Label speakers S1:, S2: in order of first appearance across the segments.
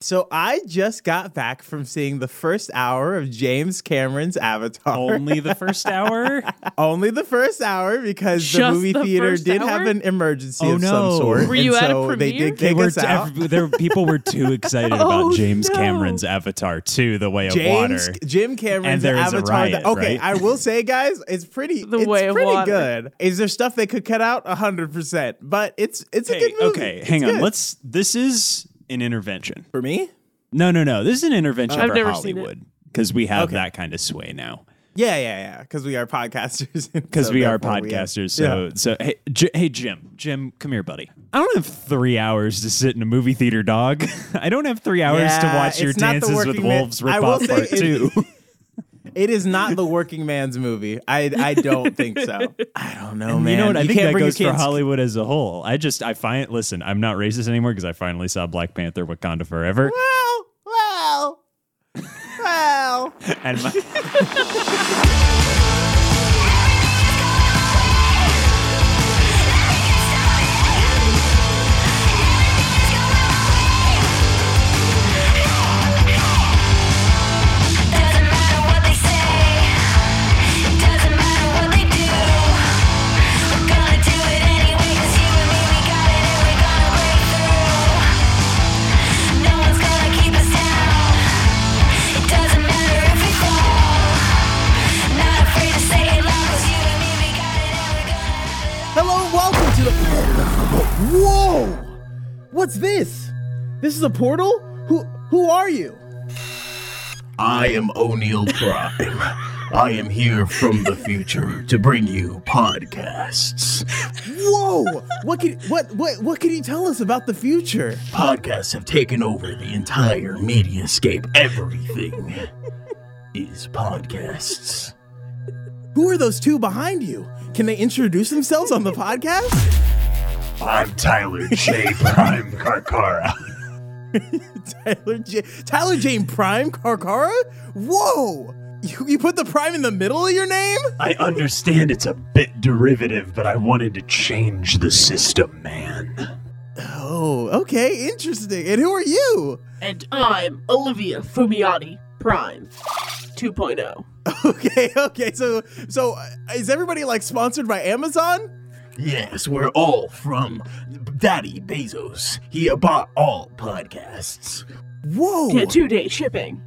S1: So I just got back from seeing the first hour of James Cameron's Avatar.
S2: Only the first hour?
S1: Only the first hour because
S3: Just
S1: the movie
S3: the
S1: theater
S3: first
S1: did
S3: hour?
S1: have an emergency
S2: Oh,
S1: of
S2: no.
S1: some sort.
S3: Were you
S1: and
S3: at a
S1: so they
S3: premiere?
S1: did
S2: They
S1: kick
S2: were
S1: us out.
S2: ev- there, people were too excited about
S3: Oh,
S2: James
S3: no.
S2: Cameron's Avatar 2, The Way of
S1: James
S2: Water.
S1: Jim Cameron's
S2: there is a
S1: Avatar.
S2: riot,
S1: that- okay,
S2: right?
S1: I will say, guys, it's pretty.
S3: The
S1: it's
S3: Way of
S1: pretty
S3: Water.
S1: good. Is there stuff they could cut out? hundred percent, but it's it's a
S2: Hey,
S1: good movie.
S2: okay,
S1: It's
S2: hang on.
S1: good.
S2: Let's. This is an intervention.
S1: for me.
S2: No, no, no. This is an intervention
S3: I've
S2: for
S3: never seen it.
S2: Hollywood because we have
S1: Okay.
S2: that kind of sway now.
S1: Yeah, yeah, yeah. Because we are podcasters.
S2: Because
S1: so
S2: we are
S1: therefore we have-
S2: podcasters,
S1: Yeah.
S2: so so hey, J- hey Jim, Jim, come here, buddy. I don't have three hours to sit in a movie theater, dog. I don't have three hours to
S1: Yeah,
S2: watch your
S1: it's not the
S2: dances with
S1: working man-
S2: wolves
S1: I
S2: rip
S1: will
S2: off
S1: say
S2: part
S1: it-
S2: two.
S1: It is not the working man's movie. I I don't think so. I don't know, man.
S2: you know what? I think
S1: can't
S2: that
S1: bring your
S2: goes for
S1: kids-
S2: Hollywood as a whole. I just I find listen, I'm not racist anymore because I finally saw Black Panther: Wakanda Forever,
S1: Well, well, well.
S2: and my,
S4: Doesn't matter what they say, doesn't matter what they do. We're gonna do it anyway, 'cause you and me, we got it, and we're gonna break through. No one's gonna keep us down. It doesn't matter if we fall. Not afraid to say it loud, 'cause you and me, we got it, and we're gonna.
S1: Hello, welcome to the. Whoa! What's this? This is a portal. Who who are you?
S5: I am O'Neill Prime. I am here from the future to bring you podcasts.
S1: Whoa! What can what what what can you tell us about the future?
S5: Podcasts have taken over the entire mediascape. Everything is podcasts.
S1: Who are those two behind you? Can they introduce themselves on the podcast?
S5: I'm Tyler J. Prime Carcara.
S1: Tyler J- Tyler Jane Prime Carcara? Whoa! You, you put the prime in the middle of your name?
S5: I understand it's a bit derivative, but I wanted to change the system, man.
S1: Oh, okay, interesting. And who are you?
S3: And I'm Olivia Fumiati Prime oh. 2.0.
S1: Okay, okay. So so uh, is everybody like sponsored by Amazon?
S5: Yes, we're all from Daddy Bezos. He bought all podcasts.
S1: Whoa!
S3: Get two day shipping.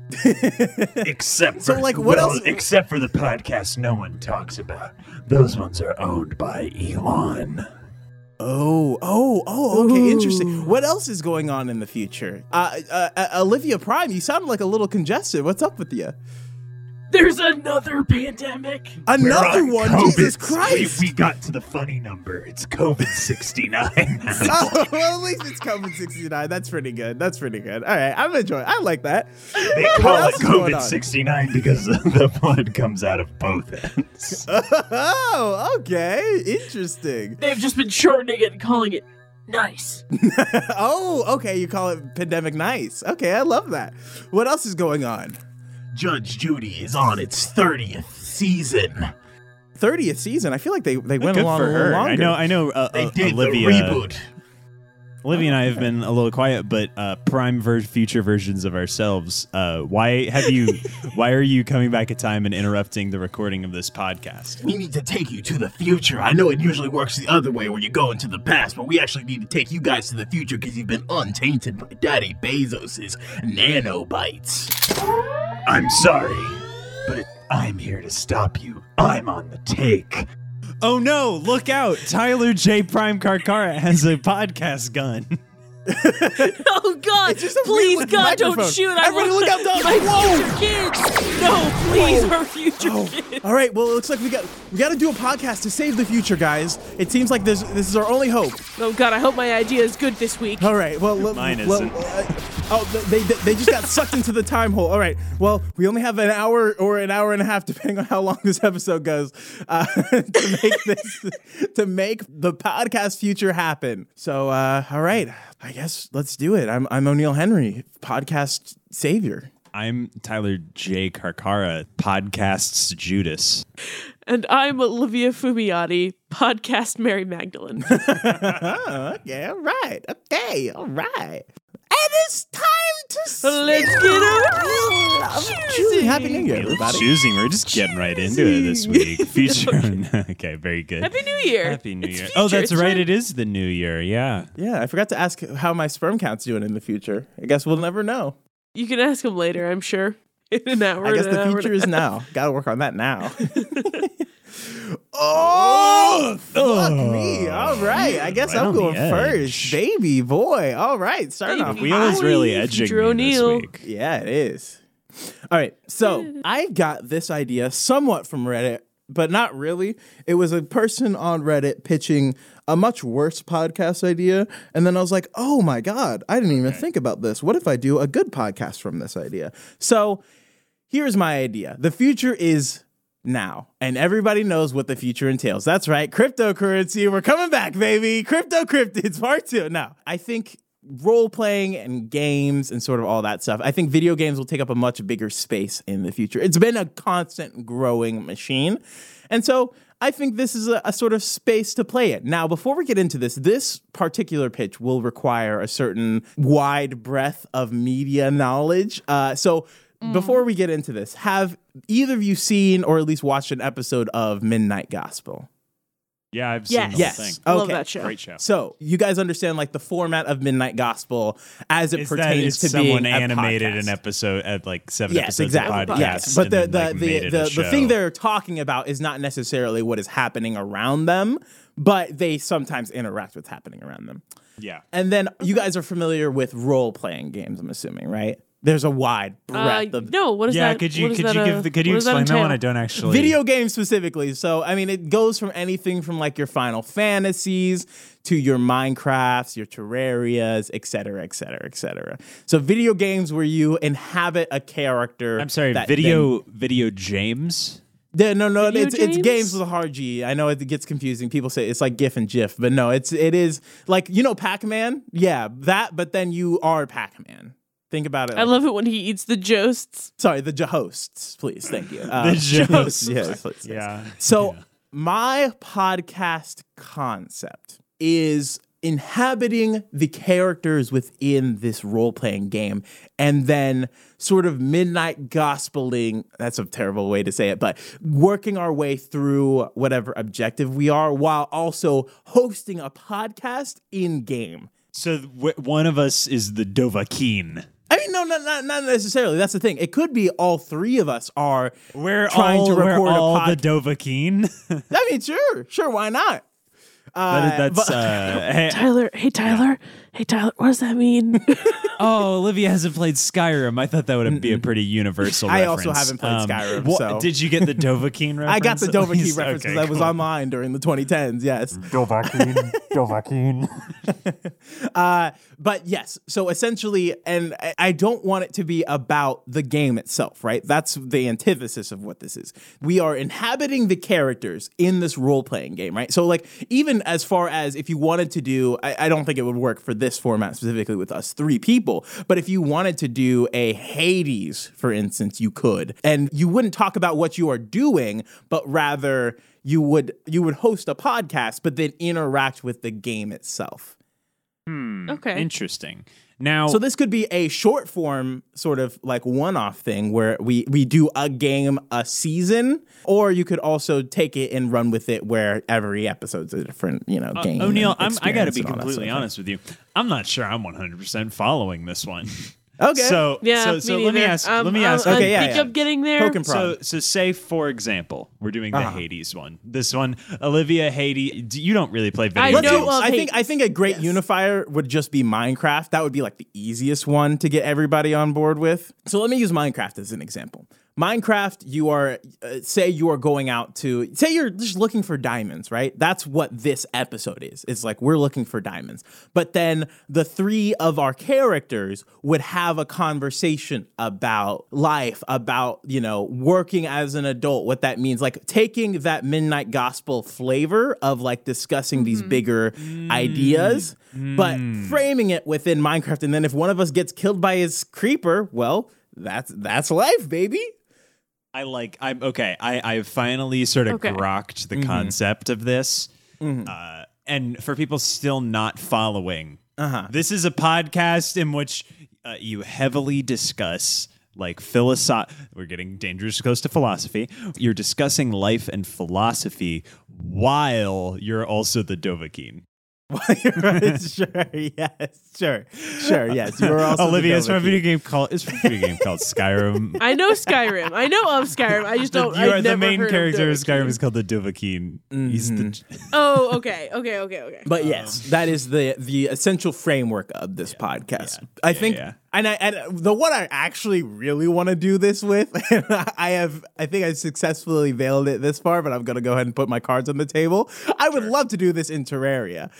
S5: except
S1: So,
S5: for
S1: like, what
S5: well,
S1: else-
S5: Except for the podcast, no one talks about. Those ones are owned by Elon.
S1: Oh, oh, oh, okay, interesting. What else is going on in the future? Uh, uh, uh, Olivia Prime, you sound like a little congested. What's up with you?
S3: There's another pandemic.
S5: We're
S1: Another
S5: on
S1: one?
S5: COVID.
S1: Jesus
S5: We-
S1: Christ!
S5: We, got to the funny number. It's COVID sixty nine.
S1: oh, well, at least it's coming 69. That's pretty good. That's pretty good. All right, I'm enjoying I like that.
S5: they call
S1: else
S5: it
S1: is going
S5: COVID
S1: on?
S5: sixty nine because the blood comes out of both ends.
S1: Oh, okay, interesting.
S3: They've just been shortening it and calling it nice.
S1: oh, okay, you call it Pandemic Nice. Okay, I love that. What else is going on?
S5: Judge Judy is on its thirtieth season.
S1: 30th season. I feel like they, they went
S2: good
S1: along
S2: for
S1: a little
S2: her.
S1: longer.
S2: I know, I know. Uh,
S5: They
S2: uh,
S5: did
S2: Olivia,
S5: the reboot.
S2: Olivia and I have been a little quiet, but uh, prime ver- future versions of ourselves. Uh, why have you? why are you coming back in time and interrupting the recording of this podcast?
S5: We need to take you to the future. I know it usually works the other way where you go into the past, but we actually need to take you guys to the future because you've been untainted by Daddy Bezos's nanobites. I'm sorry, but I'm here to stop you. I'm on the take.
S2: Oh no! Look out! Tyler J. Prime Carcara has a podcast gun.
S3: Oh God!
S1: just a
S3: Please,
S1: weird
S3: God,
S1: microphone.
S3: don't shoot!
S1: Everybody
S3: I
S1: look out,
S3: love
S1: dog.
S3: my
S1: Whoa.
S3: future kids. No, please, our future
S1: Oh,
S3: kids.
S1: all right. Well, it looks like we got we got to do a podcast to save the future, guys. It seems like this this is our only hope.
S3: Oh God! I hope my idea is good this week.
S1: All right. Well, l-
S2: Mine
S1: l-
S2: isn't.
S1: uh, oh, th- they, they they just got sucked into the time hole. All right. Well, we only have an hour or an hour and a half, depending on how long this episode goes, uh, to make this to make the podcast future happen. So, uh, all right. I guess let's do it. I'm I'm O'Neill Henry, podcast savior.
S2: I'm Tyler J. Carcara, podcasts Judas.
S3: And I'm Olivia Fumiati, podcast Mary Magdalene.
S1: Okay, all right. Okay, all right. And it's time to
S3: Let's get her.
S1: Choosing. Happy New Year, everybody.
S2: Choosing. We're just getting right into it this week. Future. okay, very good.
S3: Happy New Year.
S2: Happy New
S3: It's
S2: Year.
S3: future.
S2: Oh, that's
S3: It's
S2: right.
S3: not-
S2: It is the New Year. Yeah.
S1: Yeah, I forgot to ask how my sperm count's doing in the future. I guess we'll never know.
S3: You can ask him later, I'm sure. In an hour.
S1: I guess
S3: and an
S1: the
S3: hour
S1: future
S3: and
S1: is
S3: a-
S1: now. Gotta work on that now. oh, fuck me. All right. I guess
S2: Oh. Right
S1: I'm
S2: on the
S1: going first.
S2: edge.
S1: Baby boy. All right. Starting off.
S3: Baby
S2: We always really
S3: Howie,
S2: edging
S3: Future
S2: you this
S3: O'Neill.
S2: week.
S1: Yeah, it is. All right. So I got this idea somewhat from Reddit, but not really. It was a person on Reddit pitching a much worse podcast idea. And then I was like, oh my God, I didn't even think about this. What if I do a good podcast from this idea? So here's my idea the future is. Now, and everybody knows what the future entails. That's right, cryptocurrency. We're coming back, baby. Crypto cryptids part two. Now, I think role playing and games and sort of all that stuff. I think video games will take up a much bigger space in the future. It's been a constant growing machine. And so I think this is a, a sort of space to play it. Now, before we get into this, this particular pitch will require a certain wide breadth of media knowledge. Uh, so
S2: Mm.
S1: before we get into this, have either of you seen or at least watched an episode of Midnight Gospel?
S2: Yeah, I've seen
S3: Yes.
S2: the
S1: Yes.
S2: whole thing.
S1: Oh,
S3: Love
S1: Okay.
S3: that show.
S2: Great show.
S1: So you guys understand like the format of Midnight Gospel as it
S2: Is that
S1: pertains
S2: it's
S1: to
S2: someone
S1: being a
S2: animated
S1: podcast.
S2: an episode at like seven
S1: Yes,
S2: episodes
S1: exactly.
S2: of podcast.
S1: Yes, but
S2: and
S1: the
S2: then,
S1: the,
S2: like, made
S1: the,
S2: it
S1: the,
S2: a
S1: the thing
S2: show.
S1: they're talking about is not necessarily what is happening around them, but they sometimes interact with happening around them.
S2: Yeah.
S1: And then you guys are familiar with role playing games, I'm assuming, right? There's a wide
S3: Uh,
S1: breadth of
S3: no, what is
S2: Yeah,
S3: that?
S2: could
S3: what
S2: you
S3: is
S2: could
S3: that,
S2: you
S3: uh,
S2: give the, could you
S3: what does
S2: explain that one?
S3: entail?
S2: I don't actually
S1: video games specifically. So I mean, it goes from anything from like your Final Fantasies to your Minecrafts, your Terrarias, et cetera, et cetera, et cetera. So video games where you inhabit a character.
S2: I'm sorry,
S1: that then-
S2: video video James.
S1: Yeah, no, no,
S3: Video
S1: it's it's games
S3: games?
S1: with a hard G. I know it gets confusing. People say it's like GIF and GIF, but no, it's it is like you know Pac-Man. Yeah, that. But then you are Pac-Man. Think about it.
S3: I
S1: like-
S3: love it when he eats the joasts.
S1: sorry, the jo- hosts, please. Thank you. Uh,
S2: The
S1: hosts,
S2: joasts.
S1: yes, yes, yes.
S2: Yeah.
S1: So my podcast concept is inhabiting the characters within this role-playing game and then sort of midnight gospeling that's a terrible way to say it but working our way through whatever objective we are while also hosting a podcast in game
S2: So w- one of us is the Dovahkiin.
S1: i mean no not, not, not necessarily that's the thing it could be all three of us are
S2: We're
S1: Trying
S2: all,
S1: to
S2: we're
S1: record a
S2: all
S1: pod-
S2: the Dovahkiin.
S1: i mean sure sure why not
S2: That-
S1: Uh,
S2: that's
S1: but-
S2: uh, hey,
S3: Tyler, hey Tyler, hey Tyler, what does that mean?
S2: oh, Olivia hasn't played Skyrim. I thought that would be a pretty universal.
S1: I also
S2: reference.
S1: haven't played Skyrim,
S2: wha-
S1: so-
S2: did you get the Dovahkiin reference?
S1: I got the
S2: at
S1: Dova Key
S2: least?
S1: reference because
S2: Okay,
S1: I was
S2: cool.
S1: online during the 2010s. Yes,
S6: Dovahkiin, Dovahkiin.
S1: uh, but yes. So essentially, and I- I don't want it to be about the game itself, right? That's the antithesis of what this is. We are inhabiting the characters in this role playing game, right? So like, even as far as if you wanted to do, I, I don't think it would work for this format specifically with us three people. But if you wanted to do a Hades, for instance, you could, and you wouldn't talk about what you are doing, but rather. You would you would host a podcast, but then interact with the game itself.
S3: okay.
S2: Interesting. Now,
S1: So this could be a short form sort of like one off thing where we we do a game a season, or you could also take it and run with it where every episode's a different you know game.
S2: Uh, O'Neill,
S1: and
S2: I'm, I got to
S1: experience
S2: be
S1: and all that
S2: completely
S1: sort of
S2: honest with you. I'm not sure I'm 100% following this one.
S1: Okay.
S2: So,
S3: Yeah.
S2: so,
S3: me
S2: so let me
S3: neither.
S2: ask.
S3: Um,
S2: let me
S3: I-
S2: ask.
S3: I,
S1: Okay, yeah,
S2: think
S1: yeah.
S3: I'm getting there.
S1: Poke and prod.
S2: So, so say for example, we're doing the
S1: Uh-huh.
S2: Hades one. This one, Olivia Hades. d- You don't really play video
S3: I
S1: thing.
S2: games.
S1: Let's
S3: know
S1: do-
S3: of
S1: I think I
S3: Hades.
S1: think a great unifier would just be Minecraft. That would be like the easiest one to get everybody on board with. So let me use Minecraft as an example. Minecraft, you are uh, say you are going out to say you're just looking for diamonds, right? That's what this episode is. It's like we're looking for diamonds. But then the three of our characters would have a conversation about life, about, you know, working as an adult, what that means, like taking that midnight gospel flavor of like discussing these bigger ideas, but framing it within Minecraft. And then if one of us gets killed by his creeper, well, that's that's life, baby.
S2: I like. I'm okay. I I finally sort of
S3: Okay.
S2: grokked
S1: Mm-hmm.
S2: the concept of this. Uh, and for people still not following, uh-huh. this is a podcast in which uh, you heavily discuss like philosoph. We're getting dangerous close to philosophy. You're discussing life and philosophy while you're also the Dovahkiin.
S1: right, sure, yes, sure, sure, yes. You were also the
S2: Olivia, it's from a
S1: Dovahkiin.
S2: video game called it's from a video game called Skyrim.
S3: I know Skyrim. I know of Skyrim. I just
S2: The-
S3: don't.
S2: you
S3: I've
S2: are the
S3: never
S2: main
S3: heard
S2: character of
S3: Dovahkiin.
S2: Skyrim is called the Dovahkiin. He's
S1: Mm-hmm.
S2: the
S3: Oh, okay, okay, okay, okay.
S1: But
S2: Um,
S1: yes, that is the the essential framework of this podcast. I think,
S2: yeah.
S1: and I and the one I actually really want to do this with, and I have, I think I successfully veiled it this far, but I'm gonna go ahead and put my cards on the table. I would love to do this in Terraria.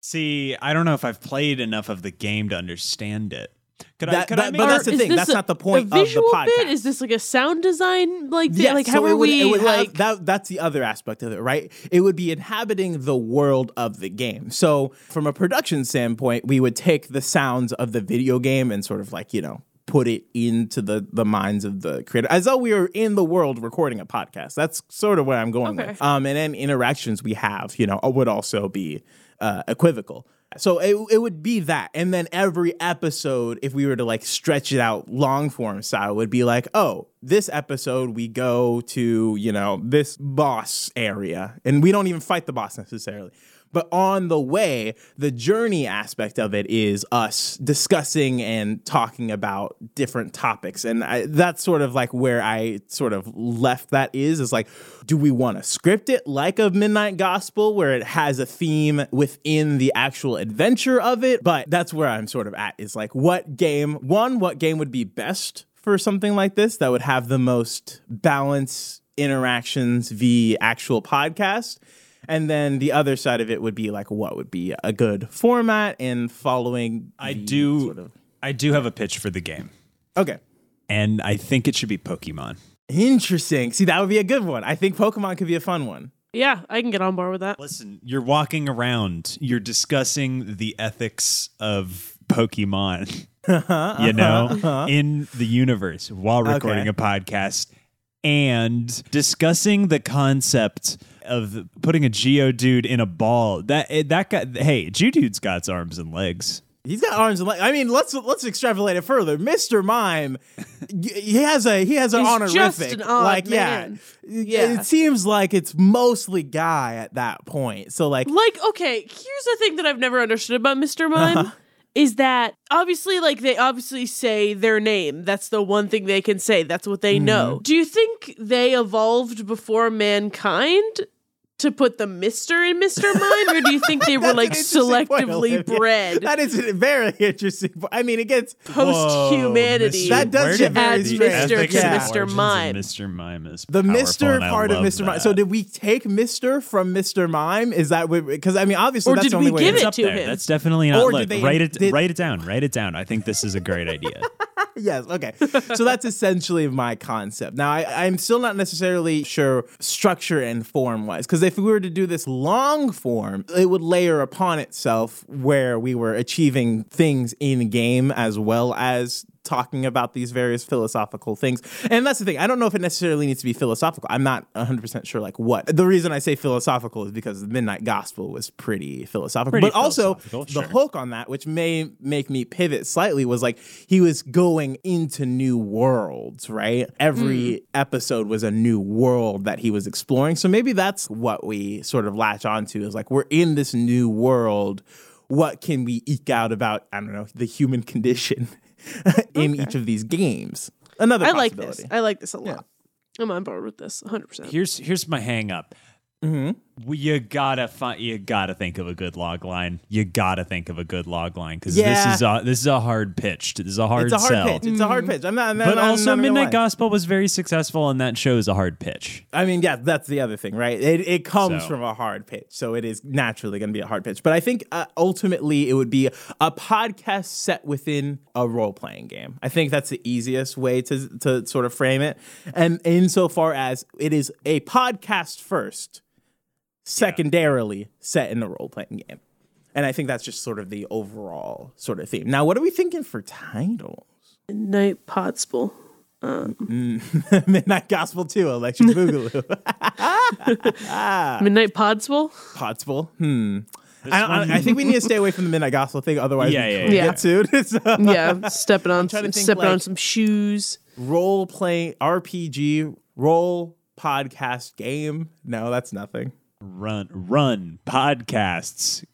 S2: See, I don't know if I've played enough of the game to understand it. Could I?
S1: That-
S2: Could I
S1: that-
S2: make
S1: but
S3: Or
S1: that's the
S3: is
S1: thing,
S3: this
S1: that's
S3: a-
S1: not the point of the
S3: visual Bit?
S1: podcast.
S3: Is this like a sound design? Like, thi-
S1: Yes,
S3: like
S1: so
S3: how
S1: it
S3: are
S1: would-
S3: we?
S1: it would have-
S3: like,
S1: that that's the other aspect of it, right? It would be inhabiting the world of the game. So from a production standpoint, we would take the sounds of the video game and sort of like, you know, put it into the the minds of the creator as though we were in the world recording a podcast. That's sort of what I'm going
S3: Okay.
S1: with. Um and then interactions we have, you know, would also be uh equivocal. So it, it would be that. And then every episode, if we were to like stretch it out long form style, would be like, oh, this episode we go to, you know, this boss area. And we don't even fight the boss necessarily. But on the way, the journey aspect of it is us discussing and talking about different topics. And I, that's sort of like where I sort of left that is is like, do we want to script it like a Midnight Gospel where it has a theme within the actual adventure of it? But that's where I'm sort of at is like, what game, one, what game would be best for something like this that would have the most balance interactions v actual podcast? And then the other side of it would be like what would be a good format and following.
S2: I
S1: the
S2: do.
S1: sort of-
S2: I do have a pitch for the game,
S1: Okay.
S2: and I think it should be Pokemon.
S1: Interesting. See, that would be a good one. I think Pokemon could be a fun one.
S3: yeah, I can get on board with that.
S2: Listen, you're walking around. You're discussing the ethics of Pokemon. you know, in the universe while recording
S1: Uh-huh, Okay.
S2: a podcast and discussing the concept of putting a Geodude in a ball. That eh, that guy. Hey, Geodude's got arms and legs.
S1: He's got arms and legs. I mean, let's let's extrapolate it further. Mr. Mime, y- he has a he has an
S3: He's
S1: honorific.
S3: just an odd
S1: like
S3: man.
S1: yeah, It-
S3: Yeah.
S1: It seems like it's mostly guy at that point. So like
S3: Like, okay, here's the thing that I've never understood about Mr. Mime
S1: Uh-huh.
S3: is that obviously, like, they obviously say their name. That's the one thing they can say. That's what
S1: Mm-hmm.
S3: they know. Do you think they evolved before mankind? To put the Mister in Mister Mime, or do you think they were
S1: that's an
S3: like
S1: interesting point,
S3: selectively
S1: Olivia.
S3: bred
S1: That is a very interesting. po- I mean, it gets
S3: post humanity?
S1: That does get
S2: Where did
S1: very
S2: the
S1: strange.
S2: ethics
S1: Mr. to
S2: and
S3: Mr.
S2: origins of
S3: Mime.
S2: Mr. Mime is
S1: The
S2: powerful,
S1: Mr.
S2: and I
S1: part of
S2: love
S1: Mr. Mime.
S2: that.
S1: So did we take Mr. from Mr. Mime? Is that because I mean obviously
S3: Or
S1: that's
S3: did
S1: the only
S3: we
S1: way.
S3: give
S2: it's
S3: it
S2: up
S3: to
S2: there.
S3: him?
S2: That's definitely not.
S1: Or did
S2: look,
S1: they-
S2: write it.
S1: did-
S2: write it down. Write it down. I think this is a great idea.
S1: Yes. Okay. So that's essentially my concept. Now I, I'm still not necessarily sure structure and form wise because if we were to do this long form, it would layer upon itself where we were achieving things in game as well as talking about these various philosophical things. And that's the thing. I don't know if it necessarily needs to be philosophical. I'm not 100% sure like what. The reason I say philosophical is because the Midnight Gospel was pretty philosophical.
S2: Pretty
S1: but also
S2: philosophical,
S1: the
S2: sure.
S1: hook on that which may make me pivot slightly was like he was going into new worlds, right? Every episode was a new world that he was exploring. So maybe that's what we sort of latch onto is like we're in this new world. What can we eke out about, I don't know, the human condition? in each of these games. Another
S3: I like
S1: possibility.
S3: this. I like this a lot. I'm on board with this 100%.
S2: here's here's my hang up.
S1: Mm-hmm.
S2: We, you gotta find. You gotta think of a good log line. You gotta think of a good log line because
S1: Yeah.
S2: this is a this is a hard pitch. This is a hard
S1: It's a hard Mm-hmm.
S2: sell.
S1: pitch. It's a hard pitch. I'm not. I'm not-
S2: But
S1: I'm not
S2: also,
S1: gonna
S2: Midnight
S1: lie.
S2: Gospel was very successful, and that show is a hard pitch.
S1: I mean, yeah, that's the other thing, right? It, it comes
S2: So-
S1: from a hard pitch, so it is naturally going to be a hard pitch. But I think uh, ultimately it would be a podcast set within a role playing game. I think that's the easiest way to to sort of frame it. And insofar as it is a podcast first, secondarily set in a role playing game, and I think that's just sort of the overall sort of theme. Now, what are we thinking for title?
S3: Night Potspill.
S1: Midnight Gospel 2, Election Boogaloo. Ah.
S3: Midnight Podspill?
S1: Pottsville. Hmm. I, don't- I,
S2: one-
S1: I think we need to stay away from the midnight gospel thing, otherwise
S2: Yeah,
S1: we
S2: yeah,
S1: could
S3: yeah.
S1: get sued. So,
S3: yeah, stepping on
S1: trying to
S3: some,
S1: think,
S3: stepping on
S1: like-
S3: some shoes.
S1: role play RPG role podcast game. No, that's nothing.
S2: run run podcasts.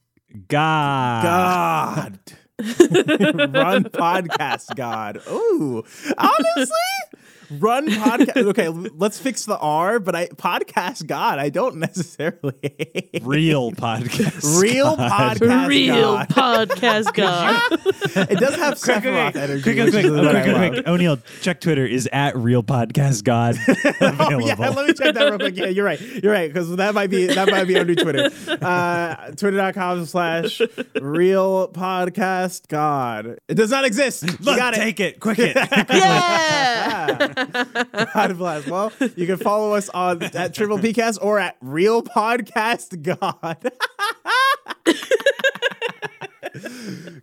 S2: God.
S1: God. Run podcast God. Ooh. Honestly, run podcast. Okay, l- let's fix the R, but I podcast God. I don't necessarily hate.
S2: Real podcasts.
S1: real podcast
S3: Real
S1: God.
S3: podcast god.
S1: It does have Sephiroth energy.
S2: Quick, quick,
S1: which
S2: quick,
S1: is what I
S2: quick, quick,
S1: love.
S2: quick. O'Neill, check Twitter is at Real Podcast God.
S1: Oh yeah,
S2: available.
S1: let me check that real quick. Yeah, you're right. You're right because that might be that might be under Twitter. Uh, Twitter.com slash real podcast God. It does not exist. You
S2: Look,
S1: got it.
S2: take it, quick it.
S3: yeah.
S1: God bless. Well, you can follow us on at Triple PCast or at Real Podcast God.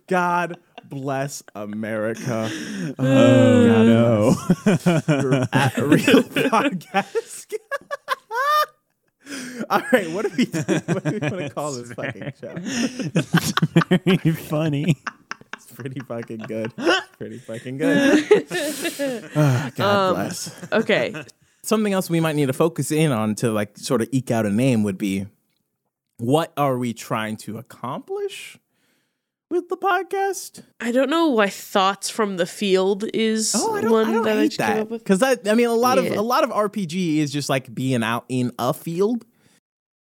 S1: God bless America.
S2: oh no.
S1: At Real Podcast. All right, what do we what do we want to call this fucking show?
S2: Very funny.
S1: It's pretty fucking good. It's pretty fucking good. Ah, God bless.
S3: Okay.
S1: something else we might need to focus in on to like sort of eke out a name would be what are we trying to accomplish with the podcast?
S3: I don't know why thoughts from the field is
S1: Oh, I don't,
S3: one
S1: I don't
S3: that I
S1: hate
S3: just came up
S1: that
S3: with.
S1: because that I mean a lot of
S3: Yeah.
S1: a lot of RPG is just like being out in a field.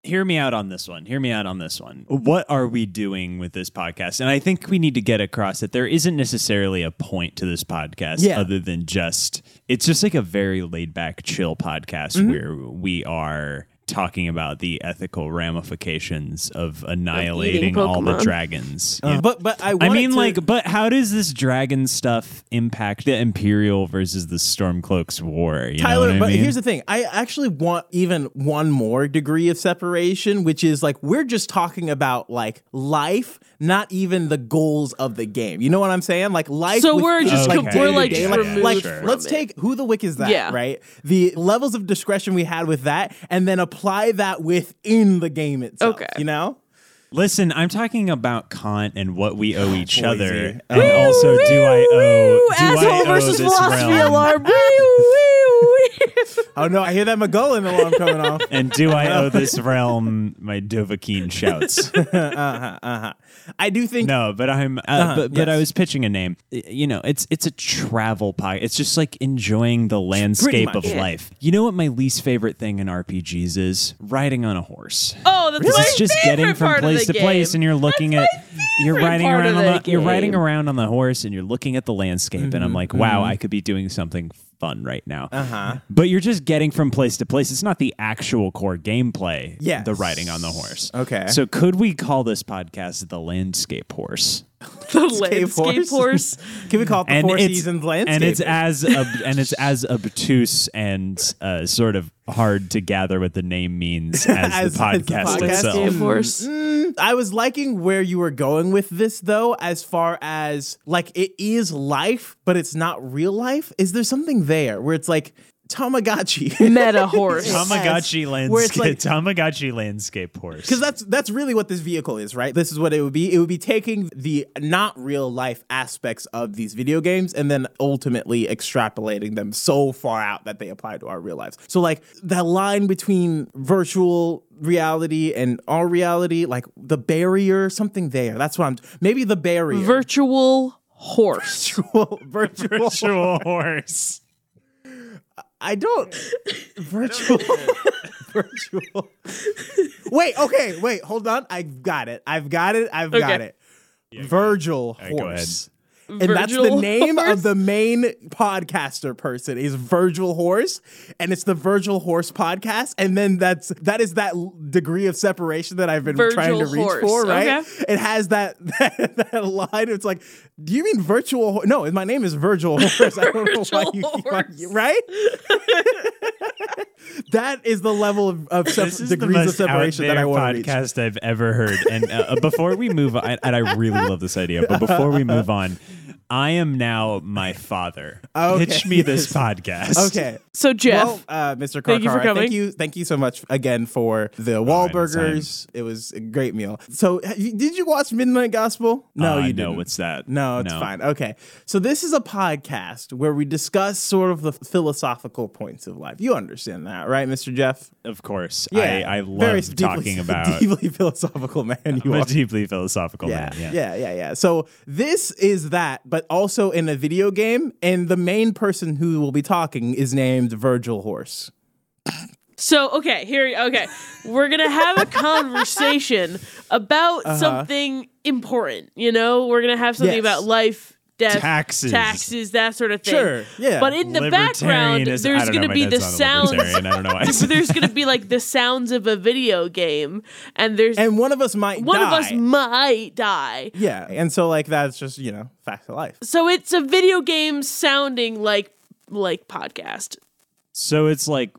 S2: hear me out on this one. Hear me out on this one. What are we doing with this podcast? And I think we need to get across that there isn't necessarily a point to this podcast
S1: Yeah.
S2: other than just it's just like a very laid back, chill podcast where we are talking about the ethical ramifications of annihilating all the
S3: Pokemon.
S2: dragons. Yeah.
S1: But but I
S2: I
S1: want it
S2: mean,
S1: to-
S2: like, but how does this dragon stuff impact the Imperial versus the Stormcloaks war? You know
S1: Tyler,
S2: what I
S1: but
S2: mean?
S1: here's the thing. I actually want even one more degree of separation, which is like we're just talking about like life, not even the goals of the game. You know what I'm saying? Like life.
S3: So we're
S1: within,
S3: just
S2: com- we're, like,
S1: day-to-day.
S2: removed
S1: like
S3: from
S1: let's
S3: it.
S1: take who the wick is that,
S3: Yeah.
S1: right? The levels of discretion we had with that, and then apply that within the game itself.
S3: Okay.
S1: You know?
S2: Listen, I'm talking about Kant and what we owe each
S1: Boise.
S2: other, and also do I owe do I owe this realm,
S3: alarm. Wee, wee, wee.
S1: Oh no, I hear that McGullen alarm coming off.
S2: and do I owe this realm my Dovahkiin shouts?
S1: I do think
S2: no, but I'm uh, but, but I
S1: Uh-huh, yes.
S2: was pitching a name. I- You know, it's it's a travel podcast. It's just like enjoying the landscape of
S1: much. Yeah.
S2: life. You know what my least favorite thing in RPGs is riding on a horse.
S3: Oh, that's
S2: Because
S3: my
S2: it's just
S3: favorite
S2: getting from
S3: part of
S2: place
S3: the
S2: to place,
S3: game.
S2: and you're looking at you're
S3: favorite
S2: riding
S3: part
S2: around
S3: of
S2: on the,
S3: the
S2: you're riding
S3: game.
S2: around on the horse, and you're looking at the landscape, and I'm like, wow, I could be doing something fun right now. Uh-huh. But you're just getting from place to place. It's not the actual core gameplay.
S1: Yes.
S2: the riding on the horse.
S1: Okay.
S2: So could we call this podcast the Landscape Horse?
S3: the landscape
S1: horse.
S3: horse.
S1: can we call it the Four
S2: it's-
S1: Seasons landscape?
S2: And it's as ob- and it's as obtuse and uh, sort of hard to gather what the name means as,
S1: As- as
S2: the
S1: the
S2: podcast
S1: podcast
S2: itself.
S3: Landscape horse.
S1: I was liking where you were going with this though, as far as like it is life, but it's not real life. Is there something there where it's like Tamagotchi?
S3: Meta horse.
S2: Tamagotchi
S1: Where it's
S2: landscape.
S1: like-
S2: Tamagotchi landscape horse.
S1: Because that's that's really what this vehicle is, right? This is what it would be. It would be taking the not real life aspects of these video games and then ultimately extrapolating them so far out that they apply to our real lives. So like that line between virtual reality and our reality, like the barrier, something there. That's what I'm maybe the barrier.
S3: Virtual horse.
S1: virtual, virtual.
S2: virtual horse.
S1: I don't virtual virtual. Wait, okay, wait, hold on. I've got it. I've got it. I've got
S3: Okay.
S1: it. Virgil
S2: go ahead.
S1: Horse. And that's the
S3: Virgil
S1: name
S3: Horse?
S1: of the main podcaster person is Virgil Horse, and it's the Virgil Horse podcast. And then that's that is that l- degree of separation that I've been trying to
S3: Virgil
S1: reach for,
S3: Horse,
S1: right?
S3: okay.
S1: It has that, that that line. It's like, do you mean virtual? Ho- no, my name is Virgil Horse. I don't know why
S3: Virgil
S1: you keep on-
S3: Horse.
S1: right? that is the level of, of sep-
S2: This is the
S1: degrees of
S2: most
S1: separation
S2: out
S1: that I
S2: there
S1: want to reach.
S2: podcast I've uh, ever heard. And uh, before we move on, and I really love this idea, but before we move on, I am now my father.
S1: Okay.
S2: Pitch me this podcast.
S1: Okay.
S3: So Jeff,
S1: Well, uh, Mr. Karkar,
S3: Thank you for coming.
S1: Thank you, thank you so much again for the
S2: Oh,
S1: Wahlburgers. It was a great meal. So, ha- you- did you watch Midnight Gospel? No,
S2: Uh,
S1: you
S2: know
S1: didn't.
S2: what's that?
S1: No, it's fine. Okay. So this is a podcast where we discuss sort of the philosophical points of life. You understand that, right, Mr. Jeff?
S2: Of course. I, I
S1: Very deeply-
S2: love talking about
S1: deeply philosophical man. You
S2: I'm
S1: are.
S2: a deeply philosophical
S1: Yeah,
S2: man. Yeah.
S1: yeah, yeah, yeah. So this is that, but also in a video game, and the main person who will be talking is named Virgil Horse.
S3: So okay, here okay, we're gonna have a conversation about
S2: Uh-huh.
S3: something important. You know, we're gonna have something
S1: Yes.
S3: about life, death,
S2: Taxes.
S3: taxes, that sort of thing.
S1: Sure, yeah.
S3: But in the background,
S2: Libertarianism-
S3: there's
S2: I don't know,
S3: gonna
S2: my
S3: be the
S2: dad's not a
S3: sounds.
S2: libertarian. I don't know why I said
S3: there's gonna be like the sounds of a video game, and there's
S1: And one of us might
S3: one
S1: die.
S3: of us might die.
S1: yeah, and so like that's just you know fact of life.
S3: So it's a video game sounding like like podcast.
S2: So it's like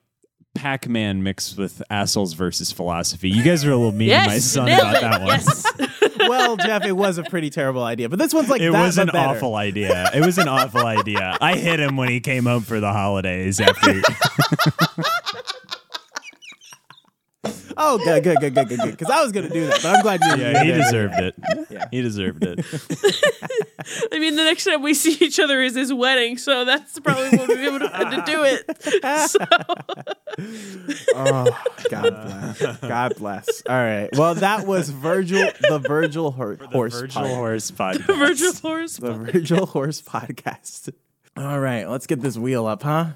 S2: Pac Man mixed with assholes versus philosophy. You guys are a little mean
S3: Yes,
S2: to my son
S3: nailed
S2: about
S3: it.
S2: that one.
S3: Yes.
S1: Well, Jeff, it was a pretty terrible idea, but this one's like
S2: It
S1: that,
S2: was
S1: but
S2: an
S1: better.
S2: awful idea. It was an awful idea. I hit him when he came home for the holidays after.
S1: Oh, good, good, good, good, good, good. Because I was gonna do that, but I'm glad you.
S2: yeah, he
S1: you did.
S2: deserved it. He deserved it.
S3: I mean, the next time we see each other is his wedding, so that's probably when we would have had to do it. So,
S1: Oh, God bless. God bless. All right. Well, that was Virgil, the Virgil Hor- Horse.
S2: Virgil
S1: podcast.
S2: Horse podcast.
S3: Virgil Horse.
S1: The Virgil Horse podcast. All right, let's get this wheel up, huh?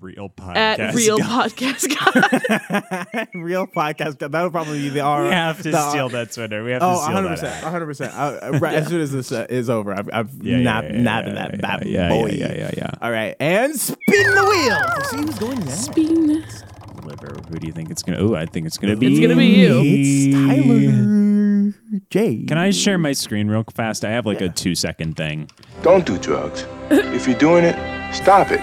S2: Real podcast.
S3: At real podcast guy.
S1: Real podcast. That'll probably be the R.
S2: We have to
S1: the-
S2: steal that Twitter. We have
S1: Oh,
S2: to steal
S1: 100
S2: that.
S1: percent, 100 percent. Right as soon as this uh, is over, I've, I've
S2: Yeah, yeah,
S1: nab-
S2: yeah, yeah,
S1: nabbed
S2: yeah,
S1: that
S2: yeah,
S1: bad
S2: yeah,
S1: boy.
S2: yeah, yeah, yeah.
S1: All right, and spin the wheel. See who's going next.
S2: Liver. Who do you think it's gonna? Oh, I think it's gonna be.
S3: It's gonna be you.
S1: It's Tyler J.
S2: Can I share my screen real fast? I have like a two second thing.
S7: Don't do drugs. if you're doing it, stop it.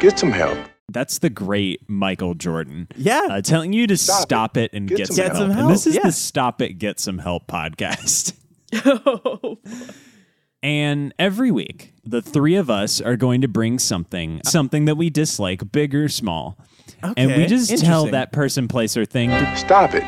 S7: Get some help.
S2: That's the great Michael Jordan.
S1: Yeah.
S2: Uh, telling you to stop,
S7: Stop
S2: it. and get, some, help.
S1: some
S2: And this
S1: help,
S2: is
S1: yeah.
S2: the Stop It, Get Some Help podcast.
S3: Oh.
S2: And every week, the three of us are going to bring something, something that we dislike, big or small. and we
S1: Okay,
S2: just tell
S1: interesting.
S2: that person, place, or thing to
S7: Stop it.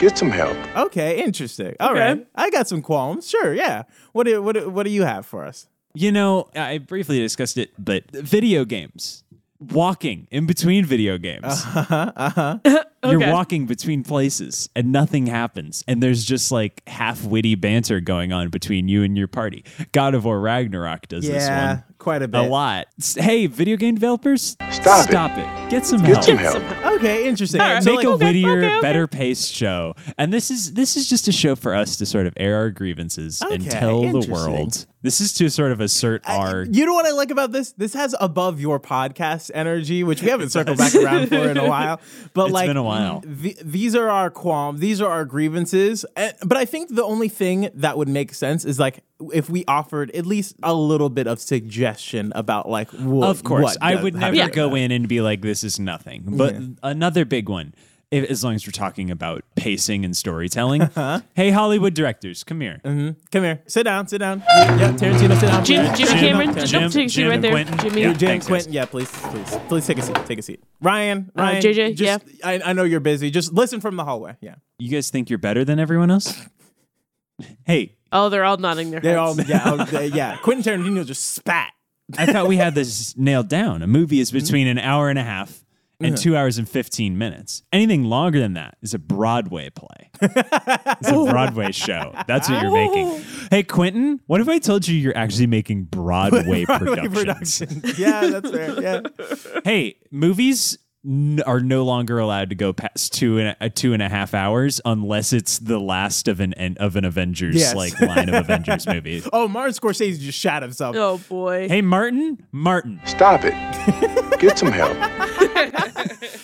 S7: Get some help.
S1: Okay, interesting. All
S3: Okay.
S1: right, I got some qualms. Sure, yeah. What do what do, what do you have for us?
S2: You know, I briefly discussed it, but video games, walking in between video games. Uh-huh, uh-huh. You're
S3: Okay.
S2: walking between places and nothing happens. And there's just like half witty banter going on between you and your party. God of War Ragnarok does this
S1: yeah,
S2: one.
S1: quite a bit.
S2: A lot. S- Hey, video game developers,
S7: Stop it.
S2: it. Get some
S7: Get
S2: help.
S7: some help.
S1: Okay, interesting.
S3: All right.
S1: So,
S2: Make
S1: like,
S2: a wittier,
S3: okay, okay.
S2: better paced show. And this is this is just a show for us to sort of air our grievances and
S1: Okay,
S2: tell the
S1: interesting.
S2: world. This is to sort of assert our
S1: you know what I like about this? This has above your podcast energy, which we haven't circled back around for in a while. But
S2: It's
S1: like,
S2: been a while.
S1: th- these are our qualms. These are our grievances. And, but I think the only thing that would make sense is like if we offered at least a little bit of suggestion about like what.
S2: Of course,
S1: what
S2: I
S1: does
S2: would never
S1: happen.
S2: go in and be like, "This is nothing." But another big one, if, as long as we're talking about pacing and storytelling.
S1: Uh-huh.
S2: Hey, Hollywood directors, come here.
S1: Come here, sit down, sit down. Yeah, Tarantino, sit down.
S3: Jim, Jim
S1: Tarantino,
S3: Cameron,
S1: Tarantino.
S3: Jim, take a seat
S2: Jim
S3: right
S2: and
S3: there.
S2: Quentin.
S3: Jimmy.
S2: Yeah.
S1: Jim
S2: Thanks, guys.
S1: Quinton, yeah, please, please, please take a seat. Take a seat. Ryan,
S3: Uh,
S1: Ryan,
S3: JJ,
S1: just, I, I know you're busy. Just listen from the hallway. Yeah,
S2: You guys think you're better than everyone else? hey,
S3: Oh, they're all nodding their heads.
S1: they're all yeah, oh, they- yeah. Quentin Tarantino just spat.
S2: I thought we had this nailed down. A movie is between an hour and a half and two hours and fifteen minutes. Anything longer than that is a Broadway play. it's a Broadway show. That's what you're making. Hey, Quentin, what if I told you you're actually making Broadway, productions?
S1: Productions. yeah, that's fair. Yeah,
S2: hey, movies n- are no longer allowed to go past two and a, uh, two and a half hours unless it's the last of an en- of an Avengers
S1: Yes.
S2: like line of Avengers movie.
S1: Oh, Martin Scorsese just shot himself.
S3: Oh boy.
S2: Hey, Martin, Martin,
S7: Stop it. Get some help.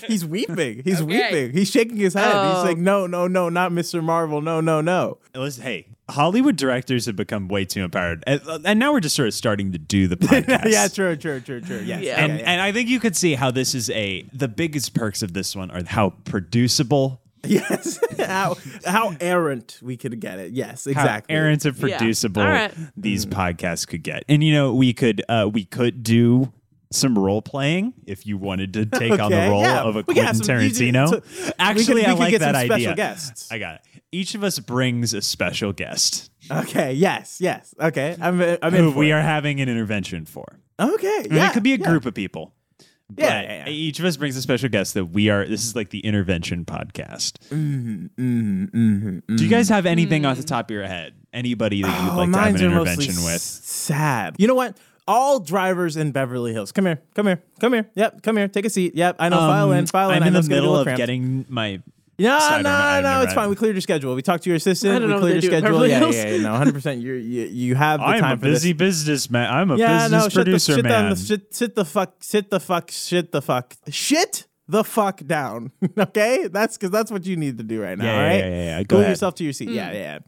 S1: He's weeping. He's weeping. He's shaking his head. He's like, no, no, no, not Mr. Marvel. No, no, no.
S2: listen, hey. Hollywood directors have become way too empowered, and, uh, and now we're just sort of starting to do the podcast.
S1: Yeah, true, true, true, true. Yes.
S3: Yeah.
S2: and
S1: yeah, yeah.
S2: and I think you could see how this is a the biggest perks of this one are how producible
S1: Yes. how how errant we could get it. Yes, exactly.
S2: How errant and
S3: Yeah.
S2: producible
S3: All right.
S1: Hmm.
S2: these podcasts could get. And you know, we could uh we could do some role playing if you wanted to take on the
S1: Okay,
S2: role
S1: yeah.
S2: of a
S1: We could have
S2: Quentin
S1: some- you do-
S2: Tarantino.
S1: so- we could-
S2: Actually,
S1: we
S2: I
S1: could
S2: like
S1: get
S2: that
S1: some special
S2: idea.
S1: guests.
S2: I got it. Each of us brings a special guest
S1: Okay. Yes. Yes. Okay. I'm. I'm in
S2: who
S1: for
S2: we
S1: it.
S2: are having an intervention for.
S1: Okay.
S2: And
S1: Yeah.
S2: it could be a
S1: yeah.
S2: group of people.
S1: Yeah,
S2: But
S1: yeah, yeah.
S2: each of us brings a special guest that we are. This is like the intervention podcast.
S1: Mm-hmm,
S2: Do you guys have anything off the top of your head? Anybody that you'd
S1: Oh,
S2: like to have
S1: mine's
S2: an
S1: are mostly
S2: intervention
S1: s-
S2: with?
S1: Sad. You know what? All drivers in Beverly Hills. Come here. Come here. Come here. Yep. Come here. Take a seat. Yep. I know. file in. File
S2: Um, I'm
S1: in. I
S2: in
S1: know
S2: the
S1: it's gonna be a
S2: middle
S1: little
S2: of
S1: cramped.
S2: getting my.
S1: No,
S2: So I don't know. I
S1: no,
S2: don't
S1: no.
S2: know,
S1: It's
S2: right?
S1: fine. We cleared your schedule. We talked to your assistant.
S3: I
S1: we
S3: don't know what
S1: cleared
S3: they
S1: your
S3: do at
S1: schedule.
S3: Beverly
S1: Yeah,
S3: Hills.
S1: yeah, yeah. No, 100. percent You you have the
S2: I'm a
S1: time for
S2: busy
S1: this.
S2: businessman. I'm a
S1: Yeah, no.
S2: business
S1: Shut the
S2: producer
S1: shit down.
S2: man.
S1: The, shit, sit the fuck. Sit the fuck. Shit the fuck. Shit the fuck down. okay, that's because that's what you need to do right now.
S2: Yeah,
S1: all
S2: yeah,
S1: right.
S2: yeah, yeah, yeah. Go
S1: Pull
S2: ahead.
S1: yourself to your seat. Yeah, yeah. yeah.